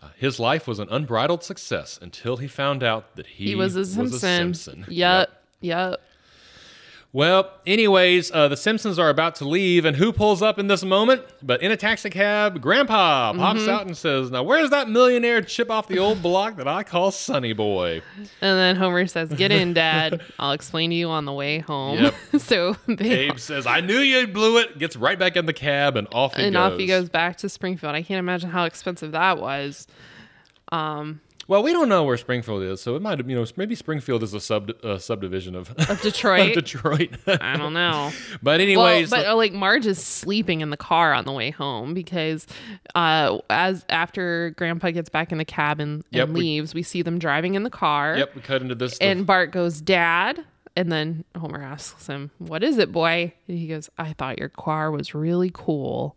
S1: uh, His life was an unbridled success until he found out that he,
S2: he was a Simpson.
S1: Simpson.
S2: Yep. Yep.
S1: Well, anyways, uh, the Simpsons are about to leave, and who pulls up in this moment? But in a taxi cab, Grandpa pops
S2: Mm-hmm.
S1: out and says, Now, where's that millionaire chip off the old block that I call Sonny
S2: [laughs]
S1: Boy?
S2: And then Homer says, "Get
S1: [laughs]
S2: in, Dad. I'll explain to you on the way home."
S1: Yep.
S2: [laughs] so they
S1: Abe says, I knew you blew it. Gets right back in the cab, and off he
S2: and
S1: goes.
S2: off he goes back to Springfield. I can't imagine how expensive that was.
S1: Well, we don't know where Springfield is, so it might have, you know, maybe Springfield is a sub uh, subdivision of, [laughs] of
S2: Detroit.
S1: Detroit. [laughs]
S2: I don't know.
S1: but anyways,
S2: well, but uh, like Marge is sleeping in the car on the way home because uh, as after Grandpa gets back in the cab and, and
S1: Yep, we-
S2: leaves, we, see them driving in the car.
S1: yep, we cut into this.
S2: And Bart goes, "Dad," and then Homer asks him, "What is it, boy?" And he goes, "I thought your car was really cool."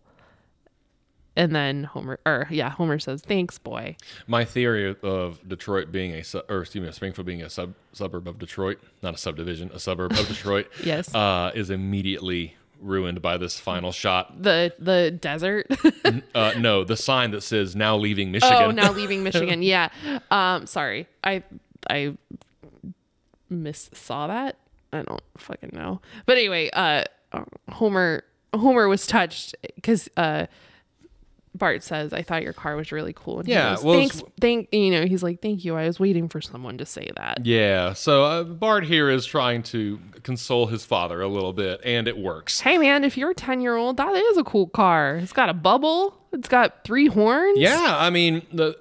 S2: And then Homer, or yeah, Homer says, "Thanks, boy."
S1: my theory of Detroit being a, su- or excuse me, Springfield being a sub suburb of Detroit, not a subdivision, a suburb
S2: [laughs]
S1: of Detroit,
S2: Yes.
S1: uh, is immediately ruined by this final shot.
S2: The the desert. [laughs]
S1: Uh, no, the sign that says "Now leaving Michigan."
S2: oh,
S1: [laughs]
S2: now leaving Michigan. Yeah. Um, sorry, I I miss saw that. I don't fucking know. But anyway, uh, Homer Homer was touched because uh, Bart says, "I thought your car was really cool." And he
S1: Yeah,
S2: goes,
S1: well,
S2: thanks.
S1: it's-
S2: Thank you know. He's like, "Thank you." I was waiting for someone to say that.
S1: yeah, so uh, Bart here is trying to console his father a little bit, and it works.
S2: Hey man, if you're a ten year old, that is a cool car. It's got a bubble. It's got three horns.
S1: Yeah, I mean the.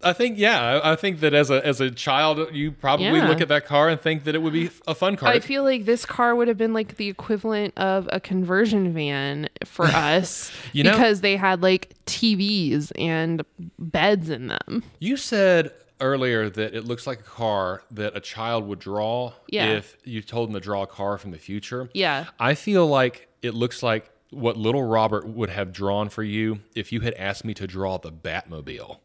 S1: I think yeah, I- I think that as a as a child, you probably
S2: Yeah.
S1: look at that car and think that it would be a fun car.
S2: I feel like this car would have been like the equivalent of a conversion van
S1: [laughs]
S2: for us
S1: You know-
S2: because they had like TVs and beds in them.
S1: you said earlier that it looks like a car that a child would draw
S2: Yeah.
S1: if you told them to draw a car from the future.
S2: Yeah.
S1: I feel like it looks like what little Robert would have drawn for you if you had asked me to draw the Batmobile.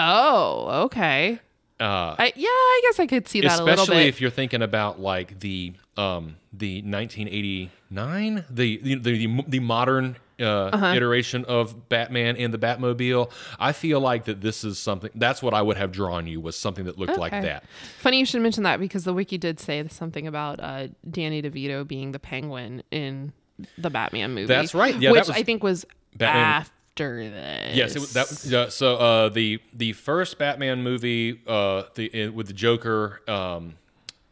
S2: Oh, okay.
S1: Uh,
S2: I, yeah, I guess I could see that a little
S1: especially
S2: bit.
S1: if you're thinking about like the um the 1989 the the the, the modern uh,
S2: Uh-huh.
S1: iteration of Batman and the Batmobile. I feel like that this is something that's what I would have drawn you was something that looked like
S2: Okay.
S1: that.
S2: Funny you should mention that because the wiki did say something about uh, Danny DeVito being the penguin in the Batman movie.
S1: That's right. Yeah, that
S2: which
S1: was
S2: I think was
S1: Batman-
S2: after this.
S1: Yes, it, was- that yeah, so uh, the the first Batman movie uh, the uh, with the Joker um,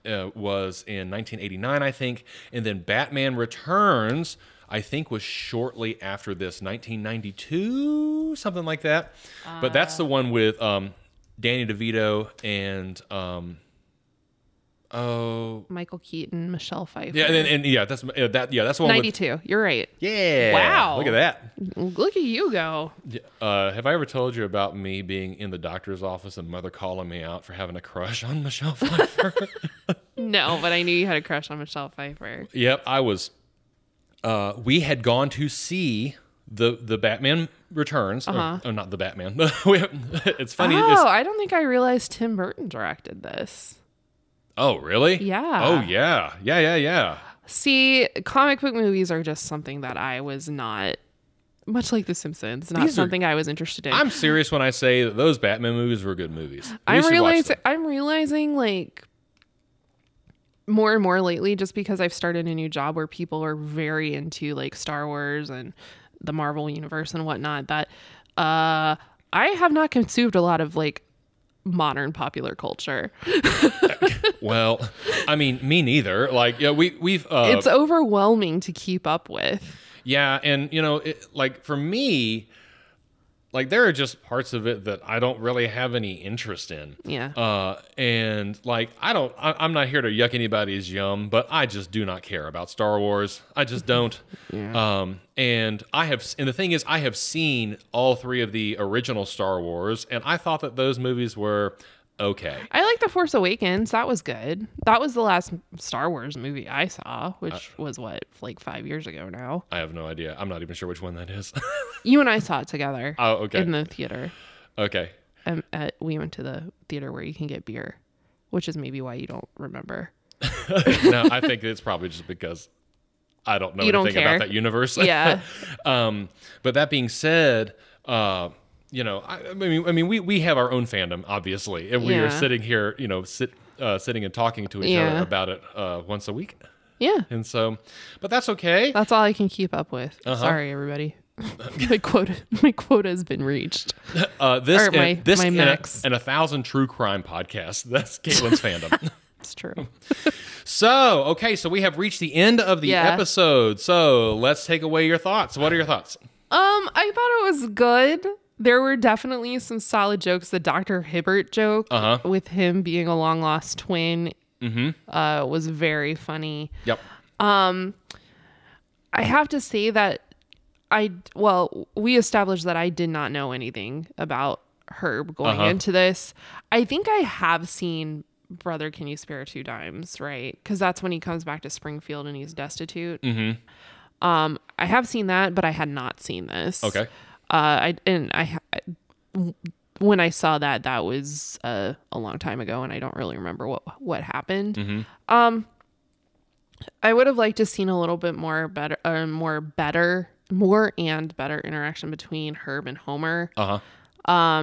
S1: uh, was in 1989, I think, and then Batman Returns, I think, was shortly after this, 1992, something like that. but that's the one with um, Danny DeVito and um, oh
S2: Michael Keaton, Michelle Pfeiffer.
S1: yeah, and, and, yeah, that's uh, that yeah, that's the one with
S2: 92. You're right.
S1: yeah.
S2: Wow.
S1: look at that.
S2: Look at you go.
S1: Uh, have I ever told you about me being in the doctor's office and mother calling me out for having a crush on Michelle
S2: [laughs]
S1: Pfeiffer?
S2: No, but I knew you had a crush on Michelle Pfeiffer.
S1: yep, I was. Uh, we had gone to see the the Batman Returns, or- or, not the Batman. [laughs] We- it's funny.
S2: Uh-huh. oh,
S1: it's-
S2: I don't think I realized Tim Burton directed this.
S1: oh, really?
S2: Yeah.
S1: Oh, yeah, yeah, yeah, yeah.
S2: See, comic book movies are just something that I was not, much like The Simpsons, not
S1: These are-
S2: something I was interested in.
S1: I'm serious when I say that those Batman movies were good movies. We
S2: I'm
S1: should watch
S2: realizing
S1: them.
S2: I'm realizing like more and more lately just because I've started a new job where people are very into like Star Wars and the Marvel universe and whatnot that uh I have not consumed a lot of like modern popular culture.
S1: Well, I mean, me neither. Like, yeah, we we've uh,
S2: it's overwhelming to keep up with.
S1: Yeah, and you know, it, like for me, Like there are just parts of it that I don't really have any interest in.
S2: Yeah.
S1: Uh, and like I don't, I, I'm not here to yuck anybody's yum, but I just do not care about Star Wars. I just don't. Um, and I have, and the thing is, I have seen all three of the original Star Wars, and I thought that those movies were okay.
S2: I like The Force Awakens. That was good. That was the last Star Wars movie I saw, which was what, like five years ago now.
S1: I have no idea. I'm not even sure which one that is. [laughs]
S2: You and I saw it together
S1: oh, okay.
S2: in the theater.
S1: okay.
S2: Um, at, we went to the theater where you can get beer, which is maybe why you don't remember.
S1: [laughs] no, I think it's probably just because I don't know
S2: You don't
S1: anything
S2: care.
S1: about that universe.
S2: Yeah.
S1: [laughs] um, but that being said, uh, you know, I, I mean, I mean, we we have our own fandom, obviously, and we
S2: Yeah.
S1: are sitting here, you know, sit uh, sitting and talking to each
S2: Yeah.
S1: other about it uh, once a week,
S2: Yeah.
S1: and so, but that's okay.
S2: That's all I can keep up with. Sorry, everybody. [laughs] my quota, my quota has been reached.
S1: Uh, this
S2: or
S1: and,
S2: my-
S1: this
S2: my
S1: and,
S2: max.
S1: A, and a thousand true crime podcasts. [laughs] That's Caitlin's fandom.
S2: It's true.
S1: So okay, so we have reached the end of the
S2: Yeah.
S1: episode. So let's take away your thoughts. What are your thoughts?
S2: Um, I thought it was good. There were definitely some solid jokes. The Dr. Hibbert joke
S1: Uh-huh.
S2: with him being a long lost twin uh, was very funny.
S1: Yep.
S2: I have to say that I, well, we established that I did not know anything about Herb going
S1: Uh-huh.
S2: into this. I think I have seen Brother Can You Spare Two Dimes, right? Because that's when he comes back to Springfield and he's destitute. Um, I have seen that, but I had not seen this.
S1: Mm-hmm. Okay.
S2: Uh, I and I ha- when I saw that that was uh, a long time ago, and I don't really remember what what happened.
S1: Mm-hmm.
S2: Um, I would have liked to seen a little bit more better, uh, more better, more and better interaction between Herb and Homer.
S1: Uh huh.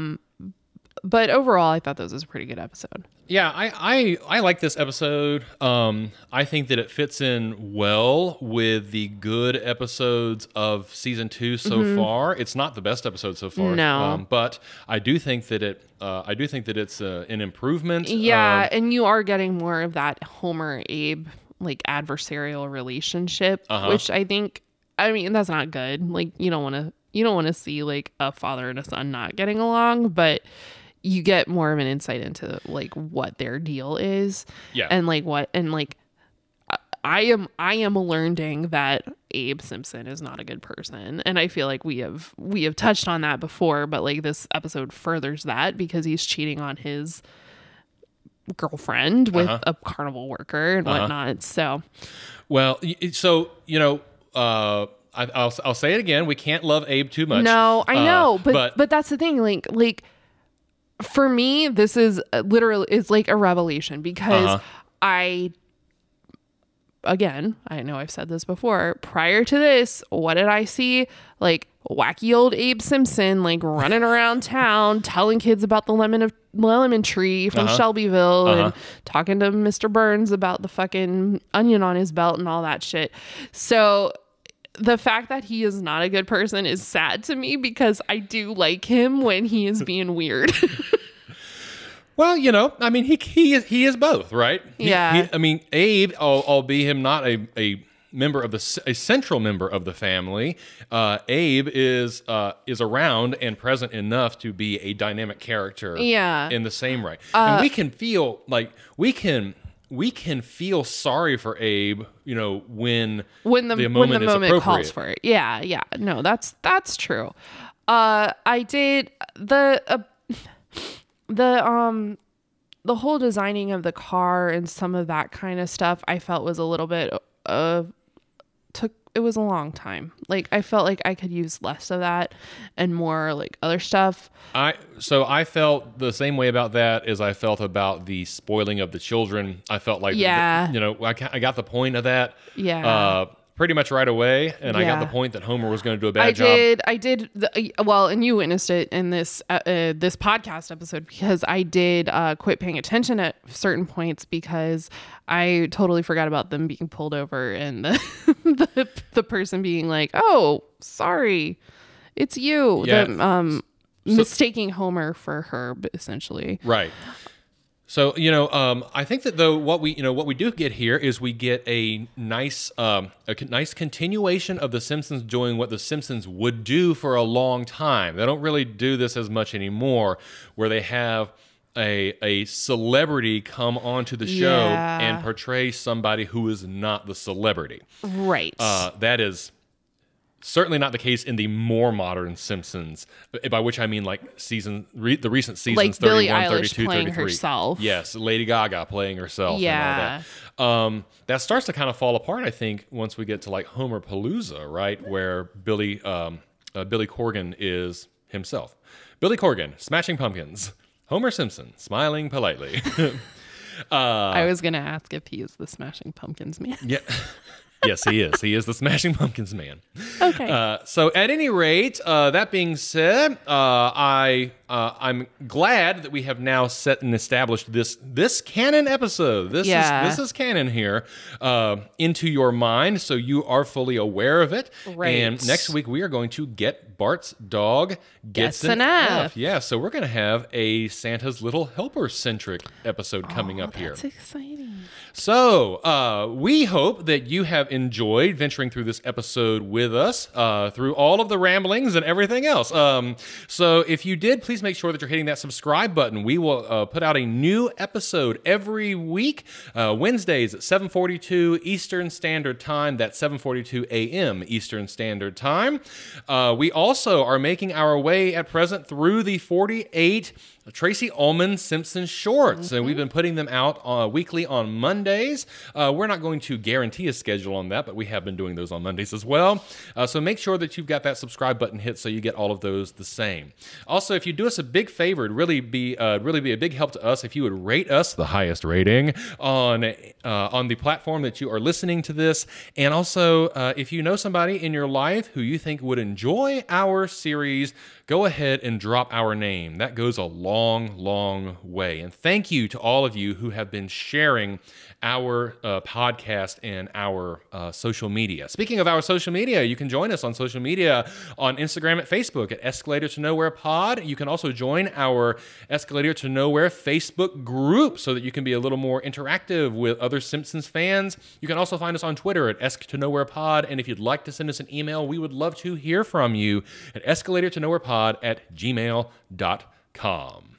S2: But overall, I thought this was a pretty good episode.
S1: Yeah, I, I I like this episode. Um, I think that it fits in well with the good episodes of season two so far. It's not the best episode so far,
S2: Mm-hmm. No.
S1: um, but I do think that it uh, I do think that it's uh, an improvement.
S2: Yeah,
S1: Um,
S2: and you are getting more of that Homer Abe like adversarial relationship,
S1: Uh-huh.
S2: which I think I mean that's not good. Like you don't want to you don't want to see like a father and a son not getting along, but you get more of an insight into like what their deal is
S1: Yeah.
S2: and like what and like I- I am I am learning that Abe Simpson is not a good person and I feel like we have we have touched on that before but like this episode furthers that because he's cheating on his girlfriend with
S1: Uh-huh.
S2: a carnival worker and
S1: Uh-huh.
S2: whatnot so
S1: well, y- y- so you know, uh, I, I'll I'll say it again. We can't love Abe too much.
S2: No, I
S1: Uh,
S2: know, but,
S1: but
S2: but that's the thing. Like like for me, this is uh, literally is like a revelation because
S1: Uh-huh.
S2: I again I know I've said this before. Prior to this, what did I see? Like wacky old Abe Simpson, like running around town telling kids about the lemon of lemon tree from Shelbyville and talking to Mr. Burns about the fucking onion on his belt and all that shit. So the fact that he is not a good person is sad to me because I do like him when he is being weird.
S1: Well, you know, I mean, he he is he is both, right? He-
S2: Yeah.
S1: he- I mean, Abe, al- albeit him not a a member of the c- a central member of the family, uh, Abe is uh, is around and present enough to be a dynamic character.
S2: Yeah. Uh,
S1: In the same way, and we can feel like we can we can feel sorry for Abe, you know, when
S2: when the, when the
S1: is
S2: moment calls
S1: appropriate.
S2: for it. Yeah, yeah. No, that's that's true. Uh I did the uh, [laughs] the um the whole designing of the car and some of that kind of stuff I felt was a little bit of took it was a long time. Like I felt like I could use less of that and more like other stuff.
S1: I so I felt the same way about that as I felt about the spoiling of the children. I felt like
S2: Yeah.
S1: you know, I, ca- I got the point of that.
S2: Yeah.
S1: Uh, pretty much right away, and I got
S2: Yeah.
S1: the point that Homer was going to do a bad
S2: I
S1: job.
S2: did. I did. The, uh, well, and you witnessed it in this uh, uh, this podcast episode because I did uh, quit paying attention at certain points because I totally forgot about them being pulled over and the [laughs] the, the person being like, "Oh, sorry, it's you."
S1: Yeah.
S2: The, um, mistaking Homer for Herb essentially.
S1: Right. So you know, um, I think that though what we you know what we do get here is we get a nice um, a con- nice continuation of the Simpsons doing what the Simpsons would do for a long time. They don't really do this as much anymore, where they have a a celebrity come onto the show
S3: Yeah.
S1: and portray somebody who is not the celebrity.
S3: Right.
S1: Uh, that is certainly not the case in the more modern Simpsons, uh, by which I mean like season re- the recent seasons
S3: Like Billie
S1: 31,
S3: Eilish
S1: 32,
S3: playing
S1: 33.
S3: herself.
S1: Yes, Lady Gaga playing herself.
S3: Yeah.
S1: and all that. Um, that starts to kind of fall apart. I think once we get to like Homer Palooza, right, where Billy um, uh, Billy Corgan is himself. Billy Corgan, Smashing Pumpkins. Homer Simpson, smiling politely. [laughs]
S3: I was gonna ask if he is the Smashing Pumpkins man.
S1: yeah. [laughs] yes, he is. He is the Smashing Pumpkins man.
S3: Okay.
S1: Uh, so at any rate, uh, that being said, uh, I uh, I'm glad that we have now set and established this this canon episode. This
S3: Yeah.
S1: is this is canon here uh, into your mind, so you are fully aware of it.
S3: Right.
S1: And next week we are going to get Bart's dog gets,
S3: Gets an F.
S1: Yeah. So we're gonna have a Santa's Little Helper centric episode coming up here.
S3: That's exciting.
S1: So, uh, we hope that you have enjoyed venturing through this episode with us uh, through all of the ramblings and everything else. Um, so, if you did, please make sure that you're hitting that subscribe button. We will uh, put out a new episode every week, uh, Wednesdays at 7:42 Eastern Standard Time. That's 7:42 a.m. Eastern Standard Time. Uh, we also are making our way at present through the 48 Tracy Ullman Simpson shorts, and we've been putting them out uh, weekly on Mondays. Uh, we're not going to guarantee a schedule on that, but we have been doing those on Mondays as well. Uh, so make sure that you've got that subscribe button hit so you get all of those the same. Also, if you do us a big favor, it'd really be uh, really be a big help to us if you would rate us the highest rating on uh, on the platform that you are listening to this, and also uh, if you know somebody in your life who you think would enjoy our series, go ahead and drop our name. That goes a long, long way. And thank you to all of you who have been sharing our uh, podcast and our uh, social media. Speaking of our social media, you can join us on social media on Instagram at Facebook at Escalator to Nowhere Pod. You can also join our Escalator to Nowhere Facebook group so that you can be a little more interactive with other Simpsons fans. You can also find us on Twitter at Esc to Nowhere Pod. And if you'd like to send us an email, we would love to hear from you at escalator to nowhere pod at gmail.com.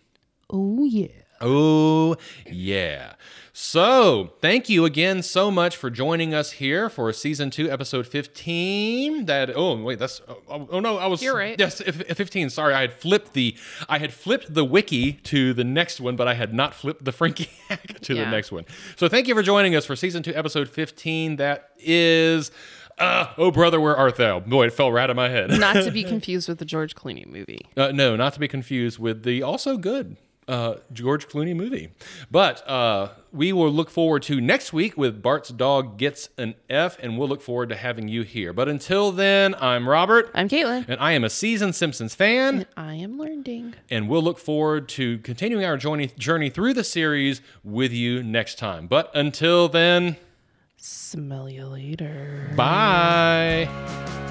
S3: Oh [laughs] yeah.
S1: Oh, yeah. So, thank you again so much for joining us here for season two, episode 15. That, oh, wait, that's, oh, oh, no, I was,
S2: You're right.
S1: Yes, if- if 15. Sorry, I had flipped the, I had flipped the wiki to the next one, but I had not flipped the Frankie [laughs] hack to the
S2: Yeah.
S1: next one. So, thank you for joining us for season two, episode 15. That is, uh, oh, brother, where art thou? Boy, it fell right out of my head. [laughs]
S2: Not to be confused with the George Clooney movie.
S1: Uh, no, not to be confused with the also good uh, George Clooney movie. But uh, we will look forward to next week with Bart's Dog Gets an F, and we'll look forward to having you here. But until then, I'm Robert,
S2: I'm Caitlin.
S1: and I am a seasoned Simpsons fan,
S2: I am learning.
S1: and we'll look forward to continuing our journey, journey through the series with you next time. But until then,
S3: Smell you later.
S1: bye.